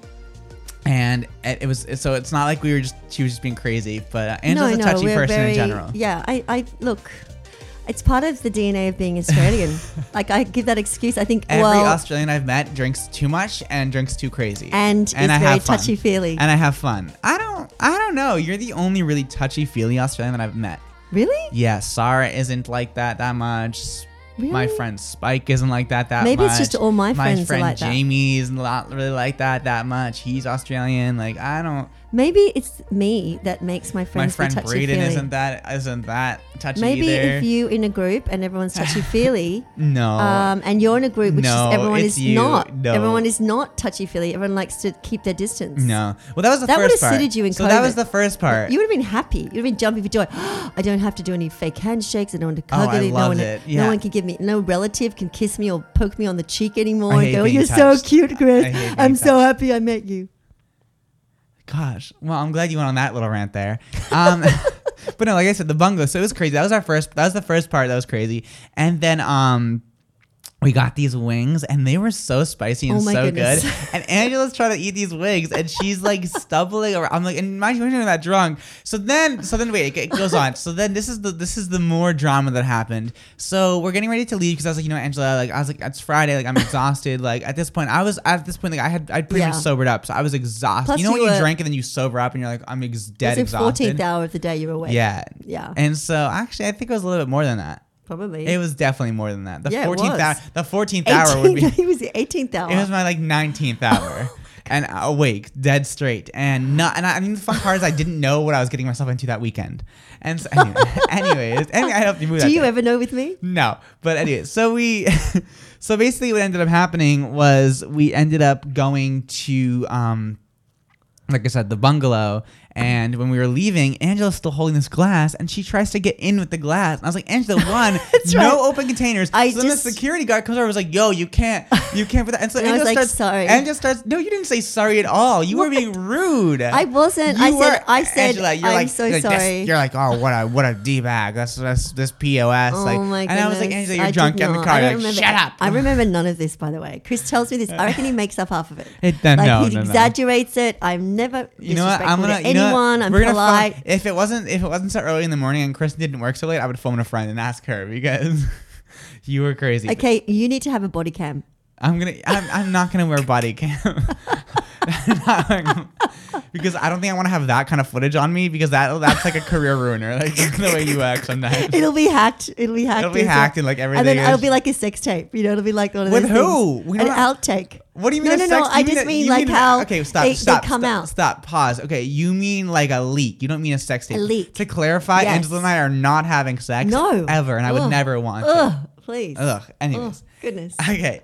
and it it was so it's not like we were just she was just being crazy, but uh, Angela's a touchy
we're
person in general.
Yeah, I, I look. It's part of the DNA of being Australian. like I give that excuse. I think
Every
well,
Australian I've met drinks too much and drinks too crazy,
And is very touchy-feely.
And I have fun. I don't. I don't know. You're the only really touchy feely Australian that I've met.
really?
Yeah, Sarah isn't like that that much. My
Really?
friend Spike isn't like that that
Maybe
much.
it's just all my friends
My
are
friend
like that.
Jamie is not really like that that much. He's Australian. Like I don't.
Maybe it's me that makes my
my
friends
friend
be touchy
Braden
feely.
isn't that isn't that touchy
Maybe
either.
if you in a group and everyone's touchy feely,
no.
um, and you're in a group which
Oh. No,
is everyone
it's
is
you.
not.
No.
Everyone is not touchy feely. Everyone likes to keep their distance.
no. Well, that was the
That
first
would've
part.
suited you in
so that was
COVID.
the first part.
You would have been happy. You'd have been jumping for joy. I don't have to do any fake handshakes. I don't want to
Oh,
hug
I
any-
loved
no one,
it. Yeah.
no one can give me. No relative can kiss me or poke me on the cheek anymore.
I
and
hate
go,
being
you're
touched.
so cute, Chris.
I hate being
I'm so
touched."
happy I met you.
Gosh. Well, I'm glad you went on that little rant there. Um, but no, like I said, the bungalow. So it was crazy. That was our first. That was the first part. That was crazy. And then um, we got these wings, and they were so spicy and
Oh my
so
goodness.
good. And Angela's trying to eat these wings, and she's like stumbling around. I'm like, and mind you, we're not even that drunk. So then, so then, wait, it, it goes on. So then, this is the this is the more drama that happened. So we're getting ready to leave because I was like, you know, Angela, like I was like, it's Friday, like I'm exhausted. Like at this point, I was at this point, like I had I pretty
Yeah.
much sobered up, so I was exhausted.
Plus
you know
you
when you
were-
drink and then you sober up and you're like, I'm ex- dead
it's the
exhausted.
14th hour of the day you're awake.
Yeah.
Yeah.
And so actually, I think it was a little bit more than that.
Probably.
It was definitely more than that. The
Yeah, it
14th
was.
hour. The 14th hour would be.
18th it was the 18th hour.
It was my like
Oh,
19th hour. And awake, dead straight, and not. And I, I mean, the fun part is I didn't know what I was getting myself into that weekend. And so, anyway, anyways, anyway, I helped you move.
do
that
you
day.
ever know with me?
No, but anyway, so we, so basically, what ended up happening was we ended up going to, um, like I said, the bungalow. And when we were leaving, Angela's still holding this glass, and she tries to get in with the glass. And I was like, Angela, one, no
right.
open containers.
I
so then the
just-
security guard comes over, and was like, Yo, you can't, you can't put that. And so
And I
Angela
was like,
starts,
"Sorry."
Angela starts. No, you didn't say sorry at all. You were being rude.
I wasn't. I said- I said, "I'm so
you're this-
sorry."
you're like, oh, what a what a d bag. That's that's this pos.
Oh
like,
my
and
goodness.
I was like, Angela, you're
I
drunk.
did
Get in the
not.
car.
I
You're
don't
like,
remember-
shut up.
I remember none of this, by the way. Chris tells me this. I reckon he makes up half of it.
It- no,
like
no,
he
no, no.
exaggerates it. I'm never
You know what? I'm
disrespectful
gonna.
to
you know what?
anyone. I'm
We're gonna phone-
polite.
if it wasn't if it wasn't so early in the morning and Chris didn't work so late, I would phone a friend and ask her because you were crazy.
Okay, you need to have a body cam.
I'm gonna. I'm, I'm not gonna wear body cam. I'm not wearing- because I don't think I want to have that kind of footage on me because that that's like a career ruiner. Like the way you act sometimes.
It'll be hacked. It'll be hacked.
It'll be
as well.
hacked and, like,
And
everything
then
is-
it'll be like a sex tape. You know, it'll be like one of
With
those
who?
things.
We're
An
not-
outtake.
What do you mean?
No,
a
no,
sex-
no. I
you
just
a-
mean
you
like
a-
how
Okay, stop,
they,
stop,
they come
stop,
out.
stop. Pause. Okay, you mean like a leak. You don't mean a sex tape.
A leak.
To clarify,
Yes.
Angela and I are not having sex.
No.
Ever, and I would
Ugh.
never want.
Ugh,
To.
please.
Ugh.
Ugh,
Anyways.
goodness.
Okay.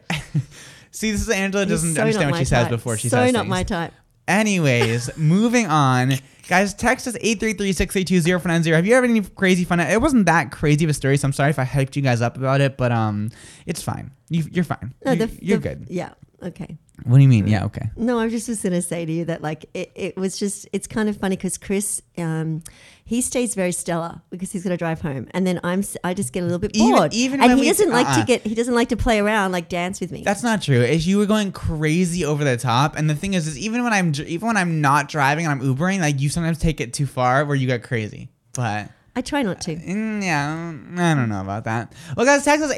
See, this is Angela
You're
doesn't
so not
understand what
my
she says
type.
before she
so
says
not
things.
my type.
Anyways, moving on. Guys, text us 833-632-0490. Have you ever had any crazy fun? It wasn't that crazy of a story, so I'm sorry if I hyped you guys up about it, but um, it's fine. You, you're fine.
No,
you,
the, the-
you're good.
Yeah. Okay.
What do you mean? Yeah, okay.
No, I just was going to say to you that like it, it was just it's kind of funny because Chris um, he stays very stellar because he's going to drive home, and then I'm s- I just get a little bit
Even-
bored.
even
and
when
he
we-
doesn't like
uh-uh.
to get he doesn't like to play around like dance with me.
That's not true. If you were going crazy over the top, and the thing is, is even when I'm dr- even when I'm not driving and I'm Ubering, like you sometimes take it too far where you get crazy. But
I try not to.
mm, yeah, I don't- I don't know about that. Well, guys, text us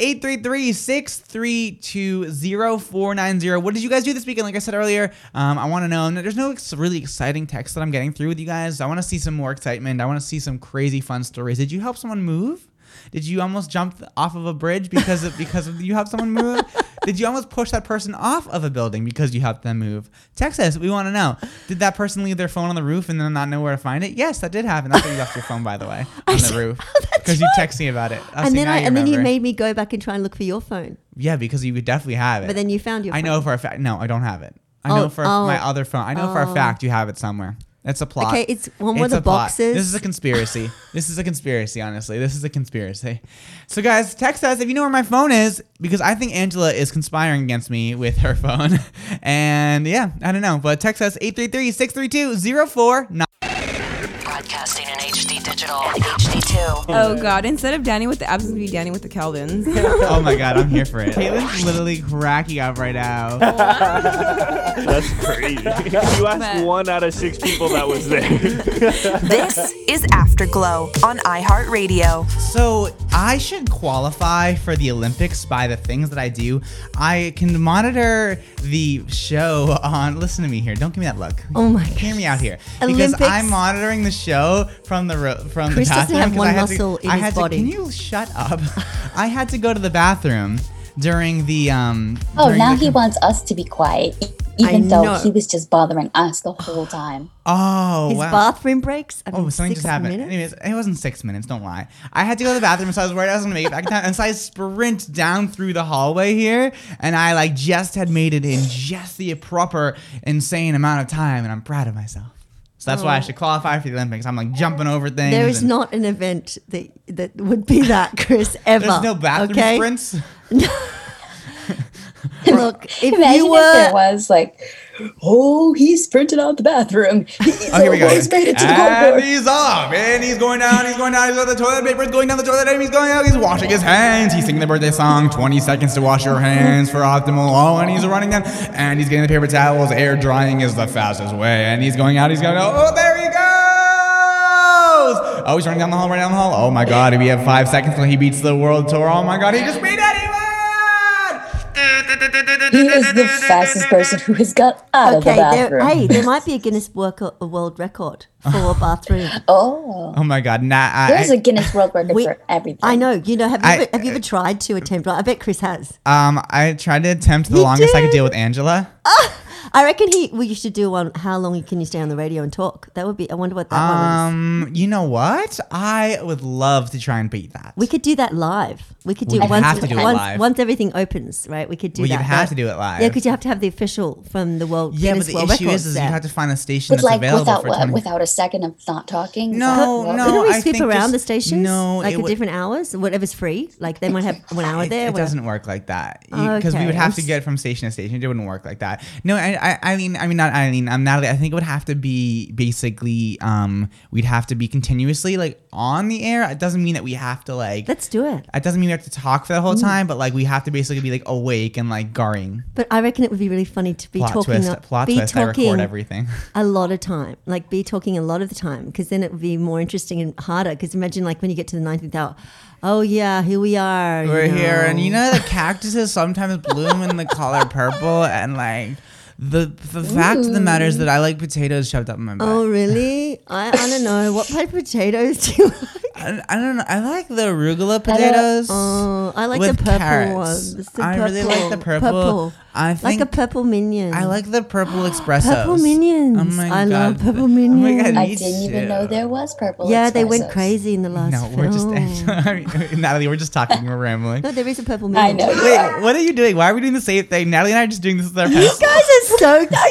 833-632-0490. What did you guys do this weekend? Like I said earlier, um, I want to know. And There's no ex- really exciting text that I'm getting through with you guys. I want to see some more excitement. I want to see some crazy fun stories. Did you help someone move? Did you almost jump off of a bridge because of because of you helped someone move? Did you almost push that person off of a building because you helped them move? Text us. We want to know. Did that person leave their phone on the roof and then not know where to find it? Yes, that did happen. That's where you left your phone, by the way, on the roof because you texted me about it. I was
and
like,
then
now
I, and then you
remember.
made me go back and try and look for your phone,
yeah because you would definitely have it.
but then you found your.
I
phone.
know for a fact. No, I don't have it. I know
Oh,
for a-
oh,
my other phone. I know for a
oh.
fact you have it somewhere. It's a plot.
Okay, it's one where the
a plot.
boxes-
This is a conspiracy. this is a conspiracy. Honestly, this is a conspiracy. So guys, text us if you know where my phone is because I think Angela is conspiring against me with her phone. and yeah, I don't know, but text us 833-632-0490.
Podcast Broadcasting in HD Digital and HD2.
Oh God! Instead of Danny with the absence, be Danny with the Calvins.
Oh my god, I'm here for it. Caitlin's literally cracking up right now.
That's crazy. If you asked
But-
one out of six people that was there.
This is Afterglow on iHeartRadio.
So I should qualify for the Olympics by the things that I do. I can monitor the show on. Listen to me here. Don't give me that look.
Oh my
Hear me
goodness.
out here,
Olympics?
because I'm monitoring the show from the ro- from
Chris
the
doesn't
bathroom.
have
'cause
one
I had
muscle
to,
in
I
his
had to-
body.
Can you shut up? I had to go to the bathroom during the um.
Oh,
during
now
the
he
com-
wants us to be quiet, e-
I
even though
know.
he was just bothering us the whole time.
Oh
His
wow.
bathroom breaks. I mean,
Oh, something
six
just happened.
minutes?
Anyways, it wasn't six minutes. Don't lie. I had to go to the bathroom, so I was worried I was gonna make it back in time, and so I sprint down through the hallway here, and I like just had made it in just the proper insane amount of time, and I'm proud of myself. So that's why I should qualify for the Olympics. I'm like jumping over things.
Oh. There is
and-
not an event that that would be that, Chris, ever.
There's no bathroom
okay?
sprints.
Look, if
Imagine
you
if there
were
was like, oh, he sprinted out the bathroom. He's
Oh, here we go.
always made it to the
And
corridor.
Ah, he's off. And he's going down. He's going down. He's on the toilet paper. He's going down the toilet. And he's going out. He's washing his hands. He's singing the birthday song. 20 seconds to wash your hands for optimal. Oh, and he's running down. And he's getting the paper towels. Air drying is the fastest way. And he's going out. He's going out. Oh, there he goes. Oh, he's running down the hall. Right down the hall. Oh, my God. We have five seconds till he beats the world tour. Oh, my God. He just beat anyone.
He is the fastest person who has got out of the
okay, there,
bathroom.
hey, there might be a Guinness work, a world record for a bathroom.
Oh,
Oh, my God. Nah, I,
there's a Guinness World Record
We-
for everything.
I know. You know, have you,
I-
ever, have you ever tried to attempt? one? I bet Chris has.
um, I tried to attempt the
He
longest I could
did.
deal with Angela.
I reckon he. Well, you should do one. How long can you stay on the radio and talk? That would be. I wonder what that one is.
Um, you know what? I would love to try and beat that.
We could do that live. We could do
We'd
once,
have to do it
once,
live.
once everything opens, right? We could do
Well,
that.
you'd have
right?
to do it live.
Yeah, because you have to have the official from the world.
yeah, but
Guinness
the
world
issue
records
is, is you
there.
have to find a station
with
that's
like
available
without
for 20
without a second of not talking. Is that
No,
what-
no.
Couldn't
I
we sweep
think
around
just-
the stations?
no,
like
it
at
would-
different hours, whatever's free. Like they might have one hour
It-
there.
It,
one hour-
doesn't work like that because we
Okay,
would
I'm
have to
s-
get from station to station. It wouldn't work like that. No, I, I, I mean, I mean, not I mean, I'm Natalie. I think it would have to be basically, um, we'd have to be continuously like on the air. It doesn't mean that we have to like.
Let's do it.
it doesn't mean we have to talk for the
Mm.
whole time, but like we have to basically be like awake and like garring.
But I reckon it would be really funny to be
Plot
talking.
twist, plot
be
twist. I record
talking
everything.
a lot of time. Like be talking a lot of the time because then it would be more interesting and harder. Because imagine like when you get to the 19th hour. Oh yeah, here we are. you
We're here, and you
know.
know the cactuses sometimes bloom in the color purple, and like the the fact of the matter is that I like potatoes shoved up my butt.
Oh really? I, I don't know. What kind of potatoes do you like?
I, I don't know. I like the arugula potatoes.
Oh, I like
With
the purple
carrots.
ones. The
I really like the purple. I
like
think
a purple minion.
I like the purple espresso.
Purple minions.
Oh my
I
god.
love purple
Oh my God,
minions.
I
me
didn't even
too.
know there was purple.
Yeah, they went
espressos.
crazy in the last.
No, we're just
film.
I mean, Natalie. We're just talking. We're rambling.
no, there is a purple
I
minion.
know. you
Wait,
are.
what are you doing? Why are we doing the same thing? Natalie and I are just doing this with our
You
pens.
guys are so cute.
the same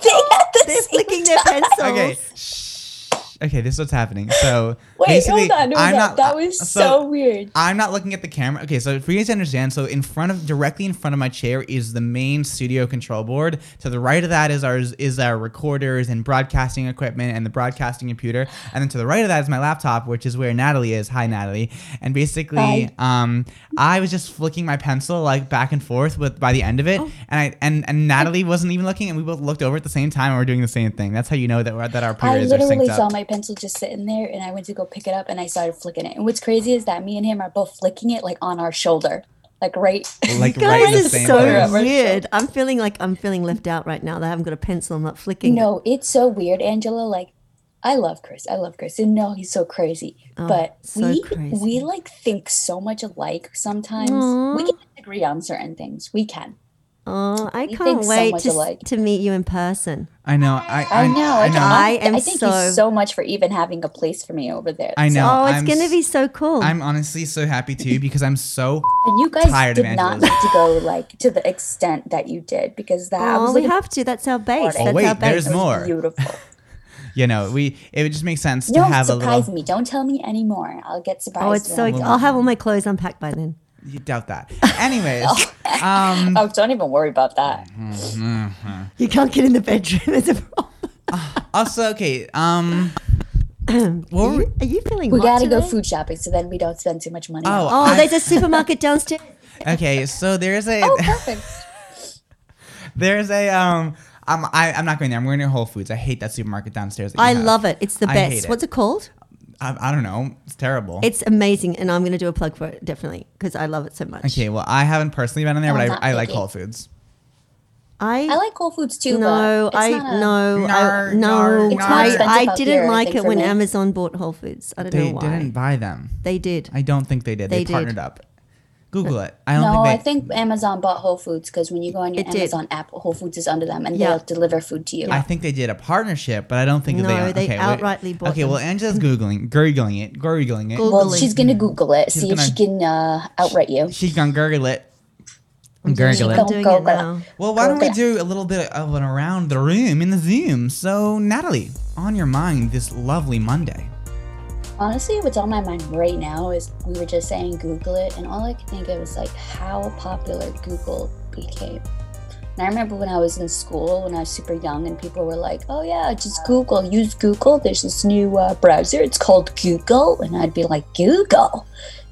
thing at the
They're
same
flicking their
time.
pencils.
Okay. Shh. Okay, this is what's happening. So
Wait,
basically,
hold on.
I'm
hold on.
not. uh,
that was so, weird.
I'm not looking at the camera. Okay, so for you guys to understand, so in front of directly in front of my chair is the main studio control board. To the right of that is our is our recorders and broadcasting equipment and the broadcasting computer. And then to the right of that is my laptop, which is where Natalie is. Hi Natalie. And basically,
Hi.
um I was just flicking my pencil like back and forth with by the end of it.
Oh.
And I and, and Natalie wasn't even looking and we both looked over at the same time and we're doing the same thing. That's how you know that we're that our
I
periods are
literally
synced up.
saw my pencil just sitting there and I went to go pick it up and I started flicking it. And what's crazy is that me and him are both flicking it like on our shoulder. Like right
like
You
right in the
guys
same
are
place.
so
place.
weird. I'm feeling like I'm feeling left out right now. That I haven't got a pencil. I'm not flicking. it.
No, it's so weird, Angela. Like, I love Chris. I love Chris. And no, he's so crazy.
Oh,
but
so
we
crazy.
we like think so much alike sometimes. We can disagree on certain things. We can.
Oh, I
We
can't
think so
wait
much
to, s-
alike.
to meet you in person.
I know. I
I, know.
I know.
I
honestly-
am
I thank
so-
you so much for even having a place for me over there.
I know.
oh, it's
I'm
gonna
s-
be so cool.
I'm honestly so happy too because I'm so
And you guys
tired of
did not
Angela's.
need to go like to the extent that you did because that I
oh,
was
we
looking-
have to. That's our base.
Oh,
That's
wait,
our base.
there's
it was
more.
beautiful.
you know we it would just make sense to
Don't
have a
surprise
little.
me. Don't tell me anymore. I'll get surprised.
Oh, it's
when
so.
I'm
Ex- I'll have all my clothes unpacked by then.
You doubt that. Anyways, um,
Oh, don't even worry about that.
Mm-hmm.
You can't get in the bedroom. It's a problem.
also okay. Um, What were we-
Are you feeling
We
hot
gotta go
today?
food shopping so then we don't spend too much money.
Oh,
Oh,
I-
there's a supermarket downstairs.
okay. So there's a
Oh, perfect.
there's a um. I'm I, I'm not going there. I'm going to Whole Foods. I hate that supermarket downstairs. that you
I
have.
love it. It's the
I
best.
hate it.
What's it called?
I, I don't know. It's terrible.
It's amazing, and I'm going to do a plug for it definitely because I love it so much.
okay. Well, I haven't personally been in there,
Oh,
but
not
I, I like
picky.
Whole Foods.
I,
I like Whole Foods too.
no,
but it's
I
not a-
no,
Nar-
I, no,
nar- It's more
I,
expensive
I
up
didn't
here, I
like
think,
it
for
when
me.
Amazon bought Whole Foods. I don't
They
know why
didn't buy them.
they did.
I don't think they did. They,
They did.
partnered up. Google it. I don't
No, I
think they.
think Amazon bought Whole Foods because when you go on your
It did.
Amazon app, Whole Foods is under them and
Yeah.
they'll deliver food to you.
I think they did a partnership, but I don't think that
No,
they.
they
okay, wait.
outrightly bought
Okay, well, Angela's googling, gurgling it, gurgling it.
well,
Googling.
she's gonna Google it, see if
gonna-
she can uh, outright you.
She's gonna gurgle it. Gurgle
I'm
it.
Don't
doing
go
it now.
Well, why don't we
gurgle.
do a little bit of an around the room in the Zoom? So, Natalie, on your mind this lovely Monday.
Honestly, what's on my mind right now is we were just saying Google it, and all I could think of is like how popular Google became. And I remember when I was in school, when I was super young, and people were like, "Oh yeah, just Google, use Google." There's this new uh, browser, it's called Google, and I'd be like, "Google?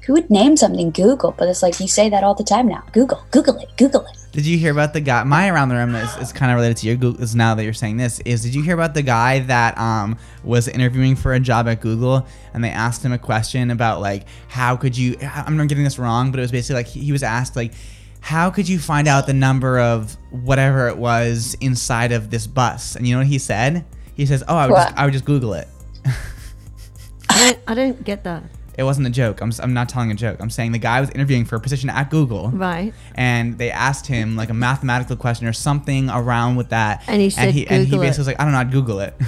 Who would name something Google?" But it's like you say that all the time now. Google, Google it, Google it.
Did you hear about the guy? My around the room is, is kind of related to your Google. Is now that you're saying this, is did you hear about the guy that um was interviewing for a job at Google and they asked him a question about like how could you? I- I'm not getting this wrong, but it was basically like he, he was asked like how could you find out the number of whatever it was inside of this bus? And you know what he said? He says, "Oh, I would just,
What?
I would just Google it."
I don't, I don't get that.
It wasn't a joke. I'm, s- I'm not telling a joke. I'm saying the guy was interviewing for a position at Google.
Right.
and they asked him like a mathematical question or something around with that.
And he said,
and he, and he
"Google
basically
it."
was like, I don't know, I'd Google it.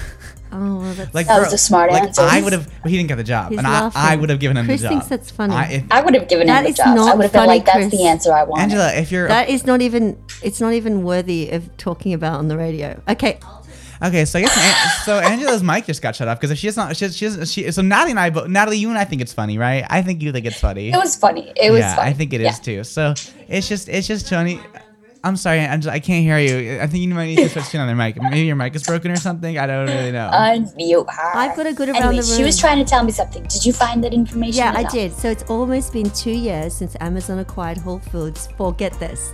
Oh, well, that's
like
That was a smart
like,
answer.
I would have. He didn't get the job,
He's
and I, I
laughing.
would have given him
Chris
the job.
thinks that's funny.
I, if,
I would have given
That
him the
is
job. I
not
would have been
funny,
like, "That's
Chris.
the answer I wanted."
Angela, if you're
that is not even. It's not even worthy of talking about on the radio. Okay.
okay, so I guess An- so Angela's mic just got shut off because if she's not, she's, she's she. So Natalie and I, both Natalie, you and I think it's funny, right? I think you think it's funny.
It was funny. It was.
yeah,
funny.
I think it is
Yeah.
too. So it's just it's just Tony. I'm sorry, Angela, I can't hear you. I think you might need to switch to another mic. Maybe your mic is broken or something. I don't really know.
Uh, Unmute her.
I've got a good around
Anyway,
the
She was
room.
trying to tell me something. Did you find that information?
Yeah,
or
I
not?
did. So it's almost been two years since Amazon acquired Whole Foods for, get this,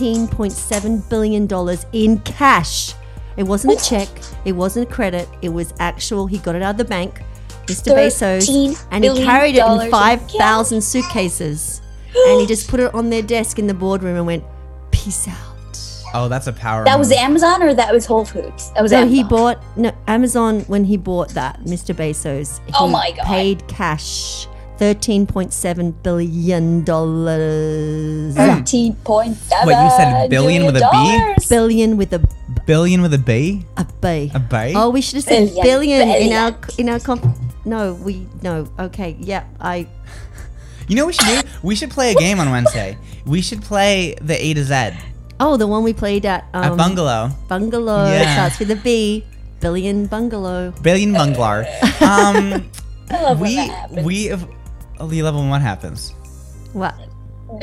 $13.7 billion in cash. It wasn't a check, it wasn't a credit, it was actual. He got it out of the bank, Mr.
$13
Bezos, and he
billion
carried it
dollars
in
in
5,000 suitcases. and he just put it on their desk in the boardroom and went, peace out.
Oh, that's a power.
That was
move.
Amazon or that was Whole Foods? That was
So
Amazon.
he bought no Amazon when he bought that, Mr. Bezos. He
Oh my God.
Paid cash, thirteen point seven billion dollars.
Thirteen point seven.
Wait, you said billion with a B?
dollars.
Billion with a
billion with a B.
a B.
A B.
Oh, we should have said
Billion,
billion, in our in our comp. No, we no. Okay, yeah, I.
You know what we should do? We should play a game on Wednesday. We should play the A to Z. A
Oh, the one we played at um,
bungalow.
Bungalow
Yeah.
starts with a B. Billion bungalow.
Billion bungalow. Um,
I love when
we
that happens.
we have. Oh, you love when what happens?
What?
and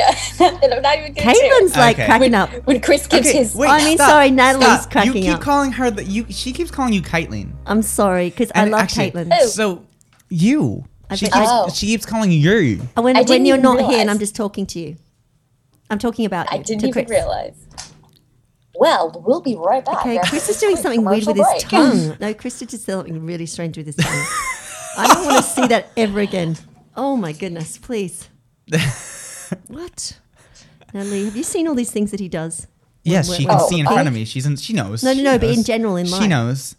I'm not even gonna
Caitlin's like
Okay.
cracking
when,
up.
when Chris gives his
I mean, sorry, Natalie's cracking
You keep
up.
calling her that. You she keeps calling you Caitlin.
I'm sorry because I
And
love
actually-
Caitlin.
Oh.
So you. She
bet-
keeps,
Oh.
she keeps calling you you.
And when,
I
when
didn't
you're
even
not here
realize.
and I'm just talking to you. I'm talking about
I
you.
didn't
to
even
Chris.
realize. Well, we'll be right back.
Okay,
after
Chris is doing
the
something weird with
commercial
his
break.
tongue. No, Chris did just something really strange with his tongue. I don't want to see that ever again. Oh my goodness, please. what? Natalie, have you seen all these things that he does?
Yes,
wait,
she can
oh,
see in front
I-
of me. She's in, she knows.
No, no,
She
no, but in
knows.
general, in
She
life.
knows.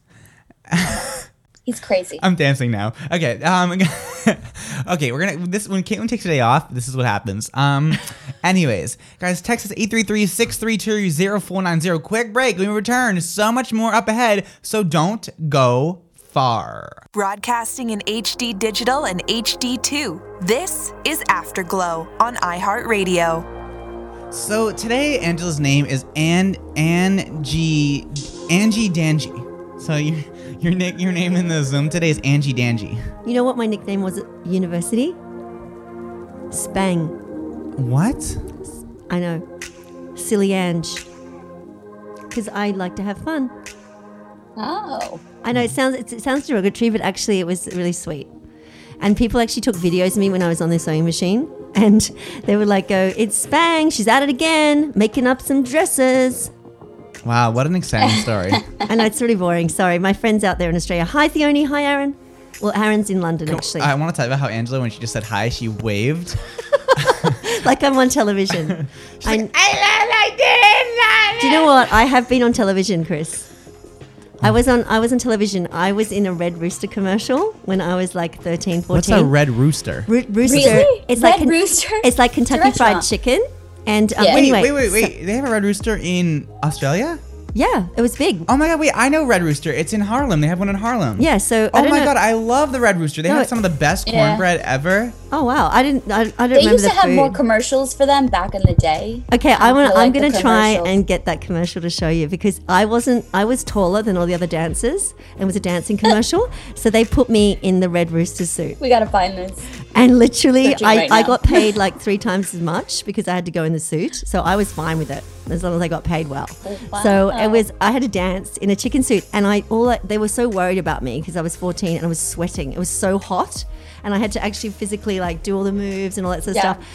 He's crazy.
I'm dancing now. Okay. Um, okay, we're gonna this when Caitlin takes today off, this is what happens. Um anyways, guys, text us 833-632-0490. Quick break. When we return, so much more up ahead, so don't go far.
Broadcasting in HD Digital and HD2. This is Afterglow on iHeartRadio.
So today Angela's name is Ann Angie Angie Danji. So your your nick your name in the Zoom today is Angie Danji.
You know what my nickname was at university? Spang.
What?
I know. Silly Ange. Because I like to have fun.
Oh.
I know it sounds it's- it sounds derogatory, but actually it was really sweet. And people actually took videos of me when I was on their sewing machine, and they would like go, "It's Spang, she's at it again, making up some dresses."
Wow, what an exciting story.
I know it's really boring. Sorry, my friends out there in Australia. Hi, Theoni. Hi, Aaron. Well, Aaron's in London actually,
I want to talk about how Angela, when she just said hi, she waved.
like I'm on television. I,
I did
do you know what? I have been on television, Chris. I was on I was on television. I was in a Red Rooster commercial when I was like 13, 14.
What's a red rooster?
Roo- rooster.
Really?
It's
Red
like Ken-
Rooster?
It's like Kentucky Fried
restaurant.
Chicken. And um,
Yeah. Wait,
Wait,
anyway,
wait, wait,
so-
wait. They have a red rooster in Australia?
yeah, it was big.
Oh my god, wait, I know Red Rooster. It's in Harlem. They have one in Harlem.
Yeah, so
Oh
I don't
my
know.
god, I love the Red Rooster. They
No,
have
it-
some of the best
Yeah.
cornbread ever.
Oh wow, I didn't. I, I don't
They
remember
used
the
to have
food.
more commercials for them back in the day.
Okay, I
Um,
want.
for,
I'm
like, the
going to try
commercials.
and get that commercial to show you because I wasn't. I was taller than all the other dancers, and it was a dancing commercial. so they put me in the red rooster suit,
We gotta find this.
and literally,
Searching
I,
right
I
now.
got paid like three times as much because I had to go in the suit. So I was fine with it as long as I got paid well. So it
Oh, wow.
was. I had to dance in a chicken suit, and I all I, they were so worried about me because I was 14 and I was sweating. It was so hot, and I had to actually physically like do all the moves and all that sort of
Yeah.
stuff.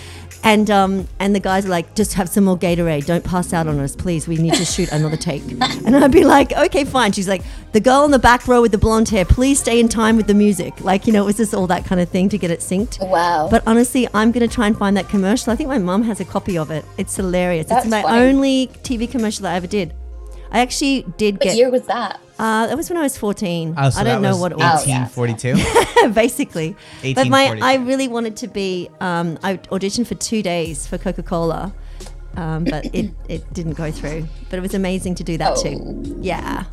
And um, and the guys were like, just have some more Gatorade. Don't pass out on us, please. We need to shoot another take. And I'd be like, okay, fine. She's like, the girl in the back row with the blonde hair, please stay in time with the music. Like, you know, it was just all that kind of thing to get it synced.
Wow.
But honestly, I'm going to try and find that commercial. I think my mum has a copy of it. It's hilarious.
That's
it's my
funny.
only TV commercial that I ever did. I actually did
what
get.
year was that?
uh, that was when I was 14.
Oh, so
I
that
don't know
was
what it was.
1842.
basically. But my,
1840.
I really wanted to be. Um, I auditioned for two days for Coca Cola, um, but it, it didn't go through. But it was amazing to do that
Oh.
too. Yeah,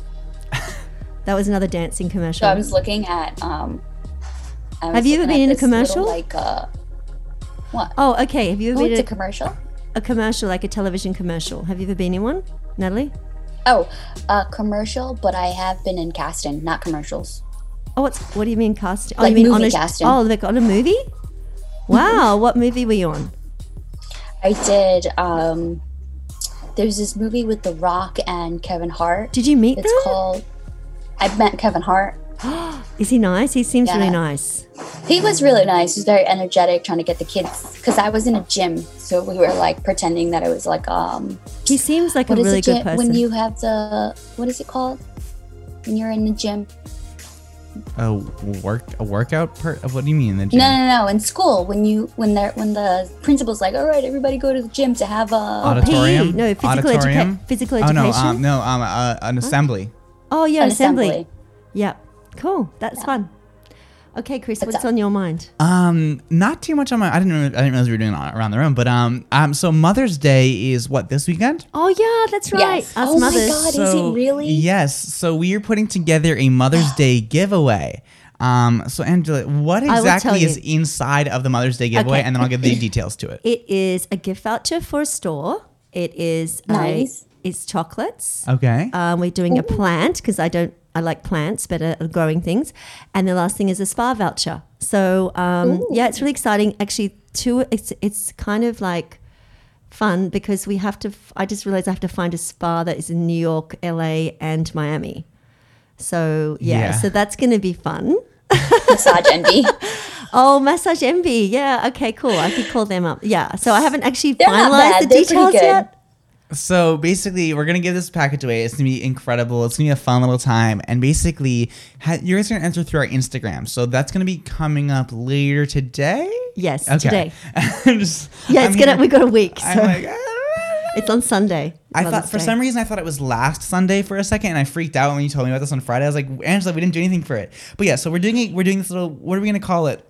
that was another dancing commercial.
So I was looking at. Um, I was
Mm-hmm. Have you ever
looking
been
at
in a
this
commercial?
little, like uh, what?
oh, okay. Have you ever
Oh,
been
it's a
in
commercial.
a, commercial, like a television commercial? Have you ever been in one, Natalie?
Oh, a commercial, but I have been in casting, not commercials.
Oh, what's what do you mean casting? Oh,
Like
you mean on
movie
a
casting.
oh, like on a movie? Wow, what movie were you on?
I did. Um, there's this movie with The Rock and Kevin Hart.
Did you meet
It's
them?
called. I met Kevin Hart.
Is he nice? He seems really
Yeah.
nice.
He was really nice. He was very energetic, trying to get the kids. Because I was in a gym, so we were like pretending that it was like um.
He seems like
What
a
is
really
a gym?
good person.
When you have the what is it called? When you're in the gym?
a work a workout part of what do you mean in the gym?
No, no, no. In school, when you when they are when the principal's like, all right, everybody go to the gym to have a
Auditorium?
PE. oh, No, physical educa-
Auditorium?
physical
Oh no,
education?
um, no, um, uh, an assembly.
Oh yeah,
an
assembly.
assembly.
Yeah, cool. That's fun. Okay, Chris, what's
up?
on your mind?
Um, not too much on my. I didn't. Re- I didn't realize we were doing it around the room, but um, um, so Mother's Day is what this weekend.
oh yeah, that's right.
Yes.
Us
Oh my
mothers.
God. is it really?
Yes. So we are putting together a Mother's Day giveaway. Um, so Angela, what
will tell
exactly
you.
is inside of the Mother's Day giveaway,
Okay.
and then I'll give the details to it.
It is a gift voucher for a store. It is a-
Nice.
it's chocolates.
Okay.
Um, we're doing a plant because I don't. I like plants better, uh, growing things. And the last thing is a spa voucher. So um, yeah, it's really exciting. Actually, two. It's it's kind of like fun because we have to. f- I just realized I have to find a spa that is in New York, LA, and Miami. So yeah,
Yeah.
so that's going to be fun.
massage envy.
Oh, Massage Envy. Yeah. Okay. Cool. I could call them up. Yeah. So I haven't actually
They're not
finalized
bad.
the
They're pretty
details
good.
yet.
So basically, we're gonna give this package away. It's gonna be incredible. It's gonna be a fun little time, and basically, ha- you're guys are gonna enter through our Instagram. So that's gonna be coming up later today.
Yes.
Okay.
Today.
I'm just-
Yeah.
I'm
It's gonna.
here-
We got a week. So
I'm like. "Ah."
it's on Sunday.
I thought for
Mother's Day.
some reason I thought it was last Sunday for a second, and I freaked out when you told me about this on Friday. I was like, Angela, we didn't do anything for it. But yeah, so we're doing it. We're doing this little. What are we gonna call it?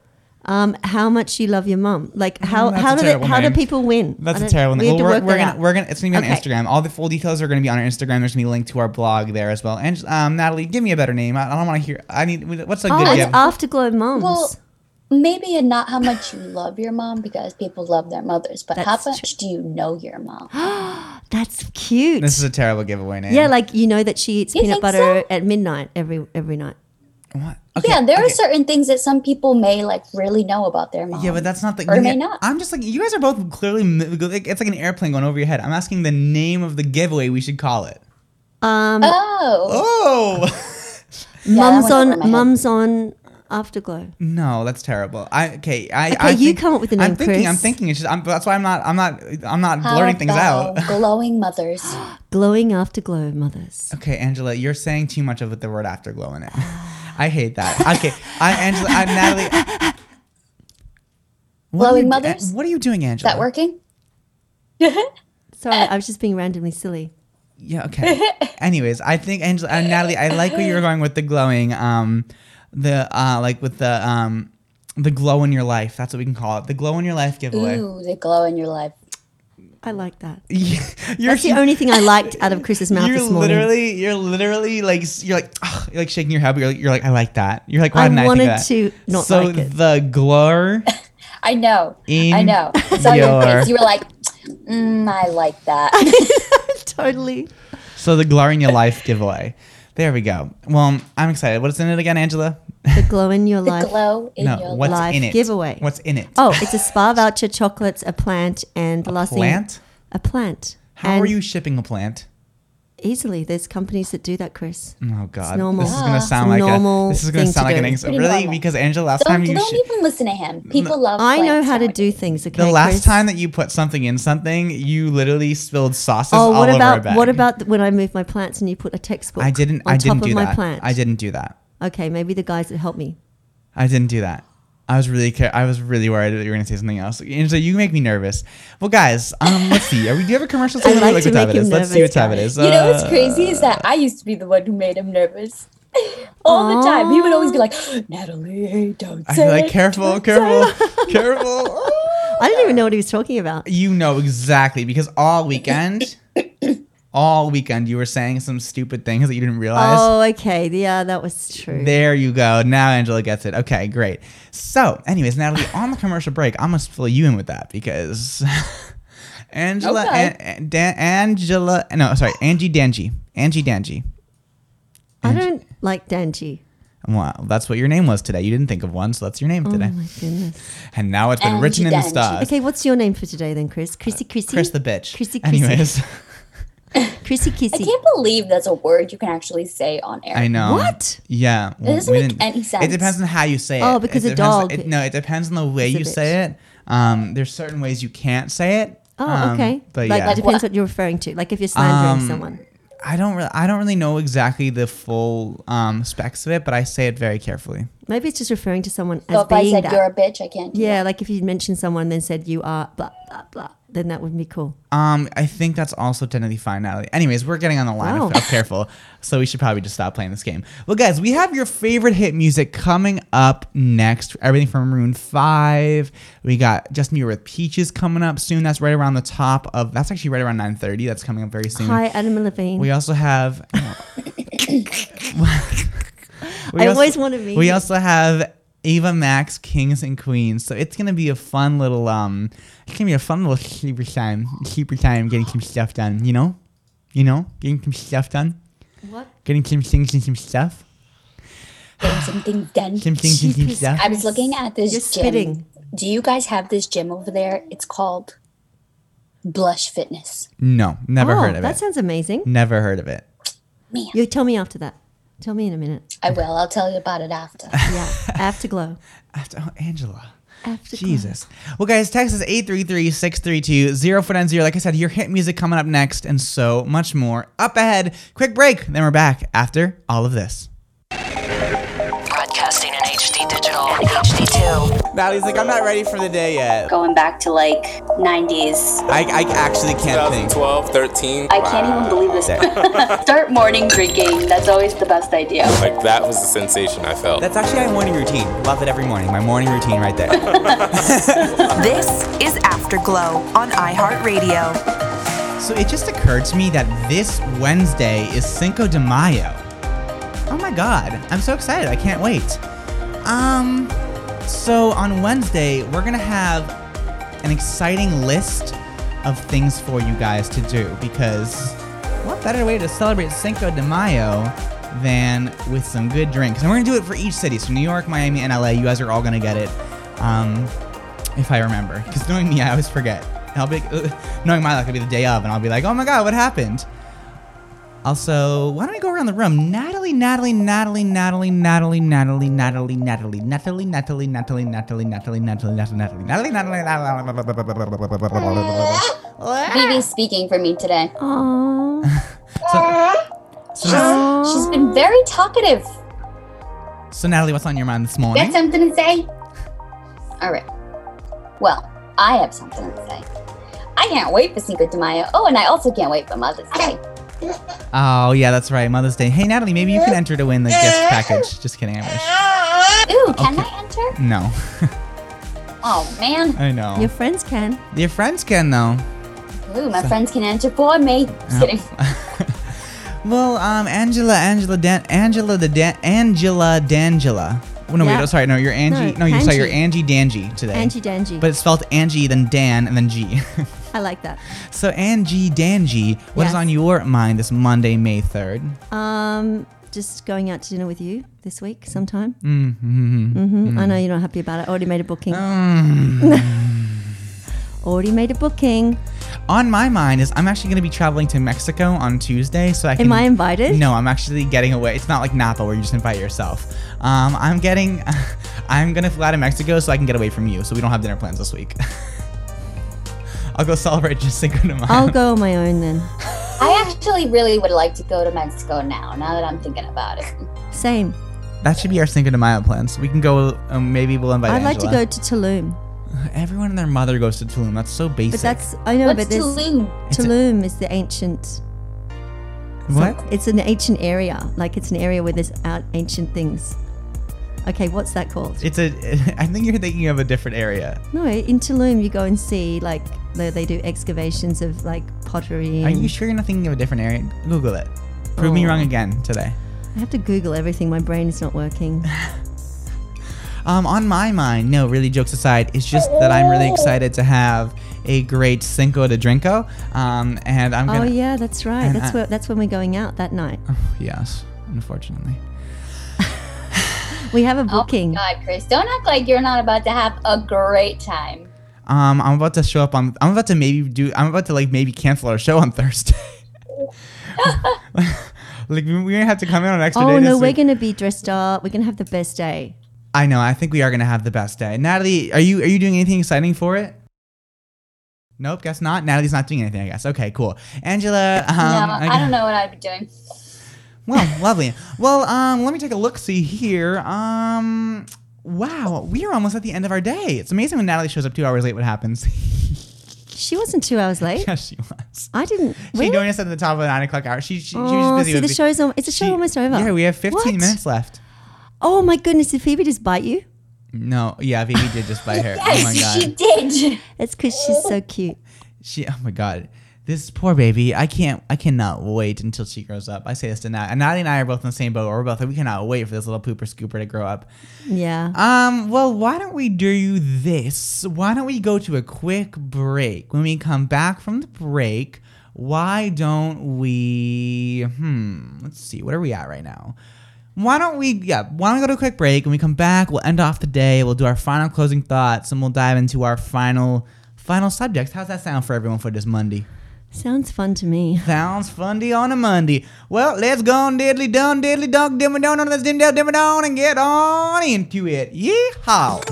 um, how much you love your mum. Like how
Mm, that's
how
a
do they,
terrible
how do
name.
people win? I
That's a
don't-
terrible
We
name.
have
Well,
to
we're,
work
we're
that
gonna
out.
we're gonna it's gonna be on
Okay.
Instagram. All the full details are gonna be on our Instagram. There's gonna be a link to our blog there as well. And um, Natalie, give me a better name. I, I don't want to hear. I need. What's a good?
Oh,
gift?
it's Afterglow Moms.
well, maybe not how much you love your mom because people love their mothers, but
That's
how much do you know your mom?
That's cute.
This is a terrible giveaway name.
yeah, like you know that she eats
You
peanut
think
butter at midnight every every night.
What? Okay,
yeah, there are
okay.
certain things that some people may like really know about their mom.
Yeah, but that's not the.
Or
yeah,
may not.
I'm just like you guys are both clearly. m- like, It's like an airplane going over your head. I'm asking the name of the giveaway we should call it.
Um,
Oh,
Oh.
Mum's
went over my
on.
head.
Mum's on. Afterglow.
No, that's terrible. I okay. I
Okay,
I
you come up with a
I'm
name,
thinking. I'm
Chris.
thinking. It's just. I'm, that's why I'm not. I'm not. I'm not
How
blurting things out.
about glowing mothers.
Glowing afterglow mothers.
Okay, Angela, you're saying too much of the word afterglow in it. I hate that. Okay, I Angela, I Natalie. What are you-
Glowing
eh,
mothers?
What are you doing,
Is
Angela?
that working?
Sorry, I was just being randomly silly.
Yeah. Okay. Anyways, I think Angela and Natalie, I like where you were going with the glowing, um, the uh, like with the um, the glow in your life. That's what we can call it. The glow in your life giveaway.
Ooh, the glow in your life.
I like that.
you're
That's the only thing I liked out of Chris's mouth
you're
this morning.
literally, you're literally like, s- you're like, ugh, you're like shaking your head. But you're, like, you're like, I like that. You're like, why
I
didn't I think of
wanted
that?
to not
so
like it.
the glow
I know. I
In
know. I saw your
your-
face. You were like, mm, I like that.
totally.
So the glow in your life giveaway. There we go. Well, um, I'm excited. What's in it again, Angela?
The glow in your
the
life.
glow in
no,
your
what's
life.
life
in it?
giveaway.
What's in it?
Oh, it's a spa voucher, chocolates, a plant, and the last
plant?
thing. A plant.
How
And
are you shipping a plant?
Easily, there's companies that do that, Chris.
Oh God,
normal. Ah,
this is gonna
It's
sound
a
like
normal
a. This is gonna
thing
sound
to
like an
do.
ex-
Pretty
really
normal.
because Angela, last time
Don't,
you
don't
shi-
even listen to him. People love
I know
plants
how to
nowadays.
do things. Okay,
the last
Chris?
time that you put something in something, you literally spilled sauces
Oh,
all
what
over
about
a bag.
what about th- when I moved my plants and you put a textbook?
I didn't.
On
I
top
didn't
of
do
my
that.
plant.
I didn't do that.
Okay, maybe the guys that helped me.
I didn't do that. I was really care- I was really worried that you were gonna say something else. Angela, you make me nervous. Well, guys, um, let's see. Are we? Do you have a commercial?
I like
Look
to
what time
make
it
him
is. Let's see what
nervous,
time it is.
guys.
You know what's
Uh,
crazy is that I used to be the one who made him nervous all the time. He would always be like, Natalie, don't
I
say
feel like
it,
careful,
don't say it."
careful, careful.
I didn't even know what he was talking about.
You know exactly because all weekend, all weekend you were saying some stupid things that you didn't realize.
Oh, okay. Yeah, that was true.
There you go. Now Angela gets it. Okay, great. So, anyways, Natalie, on the commercial break, I'm gonna fill you in with that because Angela,
Okay.
An- Dan- Angela, no, sorry, Angie Danji, Angie Danji.
I don't like Danji.
Wow, that's what your name was today. You didn't think of one, so that's your name
Oh
today.
my goodness.
And now it's been
Angie
written in the
Danji.
stars.
Okay, what's your name for today then, Chris? Chrissy, Chrissy,
Chris the bitch.
Chrissy, Chrissy.
Anyways,
Chrissy,
I
Kissy.
can't believe that's a word you can actually say on air.
I know.
What?
Yeah.
That doesn't
we
make
didn't-
any
It
sense.
depends on how you say it.
Oh, because
it
a
depends-
dog
it- no, it depends on the way
is a
you say it. Um, there's certain ways you can't say it.
Oh,
um,
okay.
But
like
yeah.
that depends what you're referring to. Like if you're slandering
Um,
someone.
I don't really, I don't really know exactly the full um, specs of it, but I say it very carefully.
Maybe it's just referring to someone
So
as
if I
being
said
that.
you're a bitch, I can't. do
yeah, like if you mentioned someone then said you are blah blah blah, then that would be cool.
Um, I think that's also technically fine, Natalie. Anyways, we're getting on the line.
Wow.
Of, of careful, so we should probably just stop playing this game. Well, guys, we have your favorite hit music coming up next. Everything from Maroon Five. We got Justin Bieber with Peaches coming up soon. That's right around the top of. That's actually right around nine thirty. That's coming up very soon.
Hi, Adam Levine.
Mm. We also have. We
I always wanna meet
We
you.
also have Eva Max, Kings and Queens. So it's gonna be a fun little um. It's gonna be a fun little super time. Super time getting some stuff done. You know, you know, getting some stuff done.
What?
Getting some things and some stuff.
that. Getting something done.
Some things and some
Jeepers.
stuff.
I was looking at this
You're
gym.
spitting.
Do you guys have this gym over there? It's called Blush Fitness.
No, never
oh,
heard of
that
it. Mm.
sounds amazing.
never heard of it.
You tell me after that. Tell me in a minute.
I will. I'll tell you about it after.
Yeah. Afterglow.
After, oh, Angela.
Afterglow.
Jesus. Well, guys, text us 833-632-0490. Like I said, your hit music coming up next and so much more up ahead. Quick break, then we're back after all of this.
Broadcasting in HD Digital and HD2.
Natalie's like, I'm not ready for the day yet.
Going back to like 90s.
I, I actually can't think.
2012, 13.
I can't even believe this. Start morning drinking. That's always the best idea.
Like that was the sensation I felt.
That's actually my morning routine. Love it every morning. My morning routine right there.
This is Afterglow on iHeartRadio.
so it just occurred to me that this Wednesday is Cinco de Mayo. Oh my god. I'm so excited. I can't wait. Um so on Wednesday, we're going to have an exciting list of things for you guys to do because what better way to celebrate Cinco de Mayo than with some good drinks? And we're gonna do it for each city. So New York, Miami, and LA. You guys are all gonna get it, um, if I remember. Because knowing me, I always forget. And I'll be like, "Ugh." knowing my luck, it'll be the day of, and I'll be like, oh my god, what happened? Also, why don't we go around the room? Natalie, Natalie, Natalie, Natalie, Natalie, Natalie, Natalie, Natalie, Natalie, Natalie, Natalie, Natalie, Natalie, Natalie, Natalie, Natalie, Natalie, Natalie, Natalie.
Vivi's speaking for me today.
so-
she's been very talkative.
So Natalie, what's on your mind this
Got
morning?
something to say? All right. Well, I have something to say. I can't wait for Cinco de Mayo. Oh, and I also can't wait for Mother's Day.
Oh yeah, that's right, Mother's Day. Hey Natalie, maybe you can enter to win the gift package. Just kidding, I wish.
Ooh, can I enter?
No,
Oh man.
I know.
friends can.
Your friends can though.
Ooh, my friends can enter for me. Just
Oh.
kidding.
Well, um, Angela, Angela, Dan- Angela, the Dan- Angela, D'Angela. Oh, no,
Yeah.
wait, no, sorry, no, you're Angie.
No,
No, you're sorry, you're
Angie.
Angie Danji today.
Angie Danji.
But it's spelled Angie, then Dan, and then G.
I like that.
so Angie Danji, what is
Yes.
on your mind this Monday, May third?
Um, just going out to dinner with you this week sometime.
Mm, mhm, mhm,
Mhm. I
mhm.
know you're not happy about it. Already made a booking.
Mm.
Already made a booking.
On my mind is I'm actually going to be traveling to Mexico on Tuesday, so I can.
Am I invited?
No, I'm actually getting away. It's not like Napa where you just invite yourself. Um, I'm getting, I'm gonna fly to Mexico so I can get away from you. So we don't have dinner plans this week. I'll go celebrate just Cinco de Mayo.
I'll go on my own then.
I actually really would like to go to Mexico now, now that I'm thinking about it.
Same.
That should be our Cinco de Mayo plans. We can go. Um, maybe we'll invite.
I'd like to go
Angela.
to Tulum,
Everyone and their mother goes to Tulum. That's so basic.
but that's I know.
What's
but there's
Tulum?
It's a-
Tulum is the ancient.
what?
It's an ancient area. Like it's an area where there's out ancient things. Okay, what's that called?
It's a. I think you're thinking of a different area.
No, in Tulum you go and see like they, they do excavations of like pottery.
Are
and-
you sure you're not thinking of a different area? Google it. Prove me
Oh.
wrong again today.
I have to Google everything. My brain is not working.
Um, on my mind, no, really jokes aside, it's just that I'm
Oh.
really excited to have a great Cinco de Drinko. Um, and I'm
oh
gonna.
yeah, that's right.
and
That's
I- Oh.
where that's when we're going out that night.
Yes, unfortunately.
We have a
booking. Oh my god, Chris, don't act like you're not about to have a great time.
Um, I'm about to show up on. I'm about to maybe do. I'm about to like maybe cancel our show on Thursday. like we- we're gonna have to come in on an extra
oh
day.
no,
this
we're
week.
gonna be dressed up. We're gonna have the best day.
I know. I think we are gonna have the best day. Natalie, are you are you doing anything exciting for it? Nope, guess not. Natalie's not doing anything. I guess. Okay, cool. Angela, um,
no, I
guess-
don't know what I'd be doing.
Well, lovely. Well, um, let me take a look see here. Um, wow, we are almost at the end of our day. It's amazing when Natalie shows up two hours late. What happens?
She wasn't two hours late.
yes, she was.
I didn't.
She
really?
joined us at the top of the nine o'clock hour. She, she, she was
Oh,
just busy.
so
with
the
be-
show's al- it's a show almost over.
Yeah, we have fifteen
What?
minutes left.
Oh my goodness, did Phoebe just bite you?
No, yeah, Phoebe did just bite her. oh my god,
did.
It's because she's
Oh.
so cute.
She, oh my god, this poor baby. I can't, I cannot wait until she grows up. I say this to Nat, and Natalie and I are both in the same boat. We're both like, we cannot wait for this little pooper scooper to grow up.
Yeah.
Um, well, why don't we do this? Why don't we go to a quick break? When we come back from the break, why don't we hmm, let's see, what are we at right now? Why don't we yeah, why don't we go to a quick break when we come back, we'll end off the day, we'll do our final closing thoughts, and we'll dive into our final final subjects. How's that sound for everyone for this Monday?
Sounds fun to me.
Sounds fundy on a Monday. Well, let's go on diddly dum diddly dunk dimmy don on this dim del dimmy don and get on into it. Yeehaw!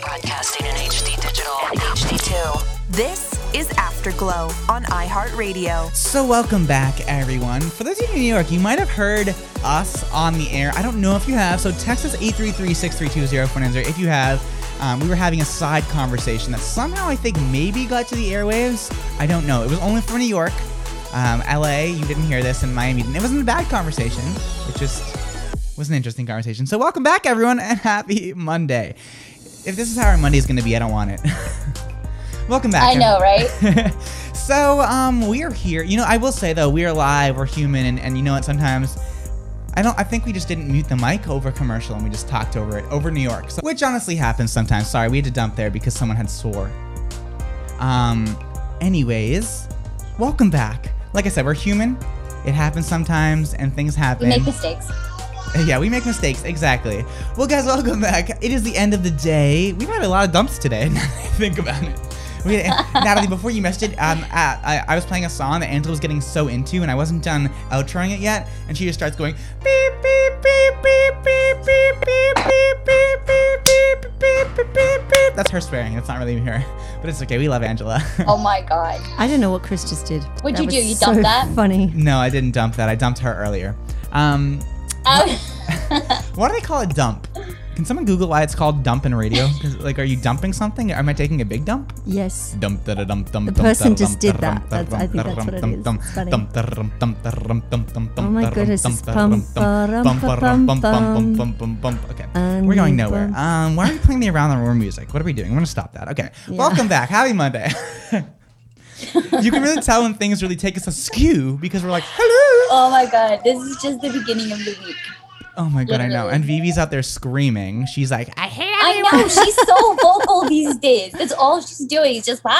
Broadcasting in HD Digital and HD2. This is Afterglow on iHeartRadio.
So, welcome back, everyone. For those of you in New York, you might have heard us on the air. I don't know if you have, so text us 833 632 0490 if you have. Um, we were having a side conversation that somehow I think maybe got to the airwaves. I don't know. It was only for New York. Um, LA, you didn't hear this, in Miami didn't. It wasn't a bad conversation. It just was an interesting conversation. So, welcome back, everyone, and happy Monday. If this is how our Monday is going to be, I don't want it. welcome back.
I know, right?
So um, we are here. You know, I will say though, we are live. We're human, and, and you know what? Sometimes I don't. I think we just didn't mute the mic over commercial, and we just talked over it over New York, so, which honestly happens sometimes. Sorry, we had to dump there because someone had sore. Um. Anyways, welcome back. Like I said, we're human. It happens sometimes, and things
We
happen.
make mistakes.
Yeah, we make mistakes, exactly. Well, guys, welcome back. It is the end of the day. We've had a lot of dumps today, now that I think about it. We- Natalie, before you missed it, um, uh, I, I was playing a song that Angela was getting so into, and I wasn't done outroing it yet, and she just starts going beep beep beep beep beep beep beep beep beep beep beep beep beep beep beep. That's her swearing. It's not really her, but it's okay. We love Angela.
Oh my god.
I don't know what Chris just did.
What'd
That
you do?
was
You
so
dumped that?
Funny.
no, I didn't dump that. I dumped her earlier. Um,
Oh,
why do they call it dump? Can someone Google why it's called dump in radio? 'Cause, Like, are you dumping something? Am I taking a big dump?
Yes.
Dump da da dump dump.
The
dump,
person
da-da,
just did
dump,
that.
da-da,
That's- I think that's what it is.
dump,
It's funny.
dump, da-da-dum, dump, da-da-dum, dump, dum,
Oh
dump,
my
da-da-dum,
goodness,
dump,
it's
da-da-dum,
bum,
dump,
ba-dum,
bum, ba-dum, bum, bum,
ba-bum, bum.
bum, bum, bum. Okay,
And
we're going
you
nowhere.
bum.
Um, why are we playing the around the room music? What are we doing? I'm gonna stop that. Okay, welcome back. Happy Monday. You can really tell when things really take us askew because we're like, hello.
oh my god. This is just the beginning of the week.
Oh my god, I know.
Literally.
And Vivi's out there screaming. She's like, I hate
I know she's so vocal these days. That's all she's doing. Is just blah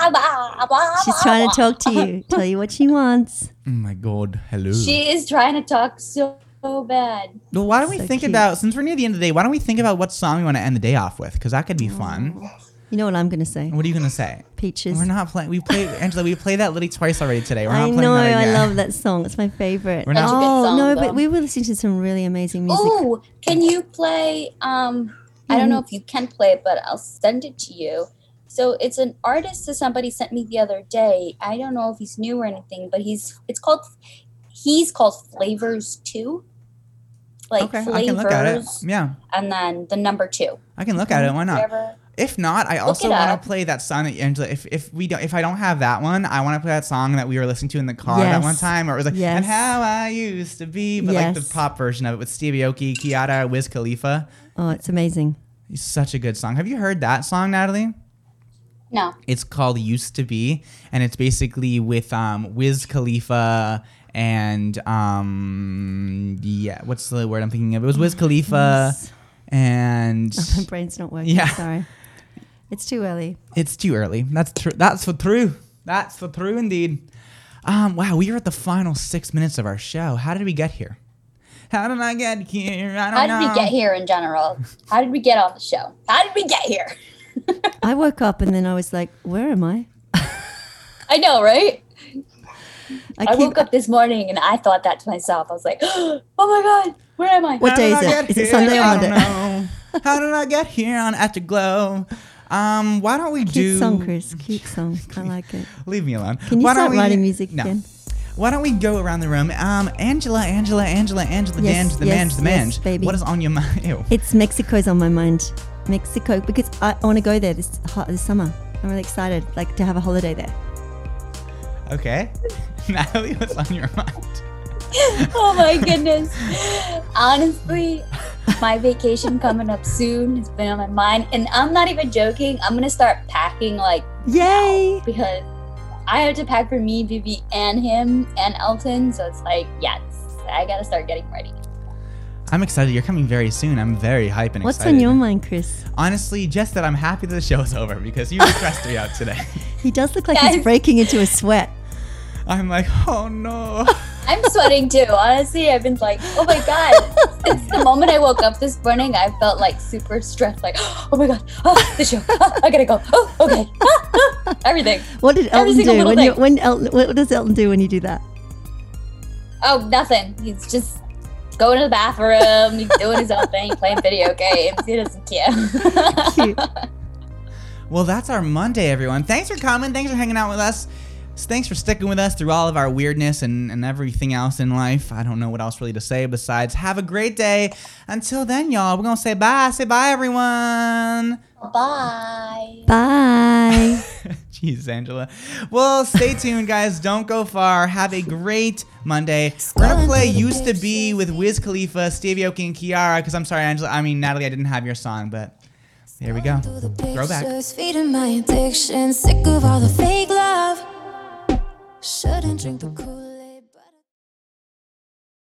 blah blah blah.
She's trying to talk to you, tell you what she wants.
Oh my god, hello.
She is trying to talk so, so bad.
Well, why don't we
So
think
cute.
about since we're near the end of the day? Why don't we think about what song we want to end the day off with? Because that could be
Oh.
fun.
You know what I'm going to say?
What are you gonna say?
Peaches.
We're not playing. We played Angela. We played that literally twice already today. We're not
I
playing
know,
that
I
again.
love that song. It's my favorite.
We're not-
That's a good
oh,
song,
no,
though.
but we were listening to some really amazing music.
Oh, can you play? Um, I don't know
Hmm.
if you can play it, but I'll send it to you. So it's an artist that somebody sent me the other day. I don't know if he's new or anything, but he's it's called he's called Flavors Two, like
okay,
flavors,
I can look at it. Yeah,
and then the number two.
I can look at it. Why not?
Whatever.
If not, I also
it
want
up.
to play that song that Angela. If if we don't, if I don't have that one, I want to play that song that we were listening to in the car that
Yes.
one time, or it was like,
Yes.
and how I used to be, but like
Yes.
the pop version of it with Stevie Aoki, Kiara, Wiz Khalifa.
Oh, it's amazing.
It's such a good song. Have you heard that song, Natalie?
No,
It's called Used to Be, and it's basically with um, Wiz Khalifa and um, yeah, what's the word I'm thinking of? It was Wiz Khalifa and
My brain's not working.
Yeah.
Sorry. It's too early.
it's too early. That's true. That's for true. That's for true indeed. Um, wow, we are at the final six minutes of our show. How did we get here? How did I get here? I don't
how
know.
did we get here in general? How did we get on the show? How did we get here?
I woke up and then I was like, where am I?
I know, right? I
keep-
woke up this morning and I thought that to myself. I was like, oh my God, where am I?
What
How
day
did
is
I
it?
get
Is it
here?
Sunday or
I don't
Monday?
know. How did I get here on Afterglow? Um, why don't we
Cute
do
song, Chris. Cute song. I like it.
Leave me alone.
Can you
Why don't
start
we-
writing music
No.
again?
Why don't we go around the room? Um, Angela, Angela, Angela, Angela, the
Yes,
Dange, the
yes,
Mange, the
yes,
Mange.
baby.
What is on your mind? Ew.
It's Mexico's on my mind. Mexico, because I, I want to go there this, hot, this summer. I'm really excited, like to have a holiday there.
Okay. Natalie, what's on your mind?
Oh my goodness. Honestly, my vacation coming up soon. It's been on my mind. And I'm not even joking. I'm going to start packing like
Yay!
because I have to pack for me, Vivi, and him, and Elton. So it's like, yes, I got to start getting ready.
I'm excited. You're coming very soon. I'm very hype and
What's
excited.
on your mind, Chris?
Honestly, just that I'm happy that the show's over because you stressed me out today.
He does look like
Guys.
he's breaking into a sweat.
I'm like, oh no.
I'm sweating too. Honestly, I've been like, oh my god. Since the moment I woke up this morning, I felt like super stressed. Like, oh my god, oh, the show. Oh, I gotta go. Oh, okay. Ah, ah, everything.
What did
Every
Elton
single
do
little
when you
thing.
when Elton, what does Elton do when you do that?
Oh, nothing. He's just going to the bathroom. He's doing his own thing, playing video games. He doesn't care.
Cute.
Well, that's our Monday, everyone. Thanks for coming. Thanks for hanging out with us. S- Thanks for sticking with us through all of our weirdness and, and everything else in life. I don't know what else really to say besides have a great day. Until then, y'all, we're going to say bye. Say bye, everyone.
Bye.
Bye.
Jeez, Angela. Well, stay tuned, guys. Don't go far. Have a great Monday. We're gonna play "Used to Be" with Wiz Khalifa, Stevie Aoki, and Kiara. Because I'm sorry, Angela. I mean, Natalie, I didn't have your song, but there we go. Throwback.
Pictures feeding my addiction. Sick of all the fake love. Shouldn't drink the cool.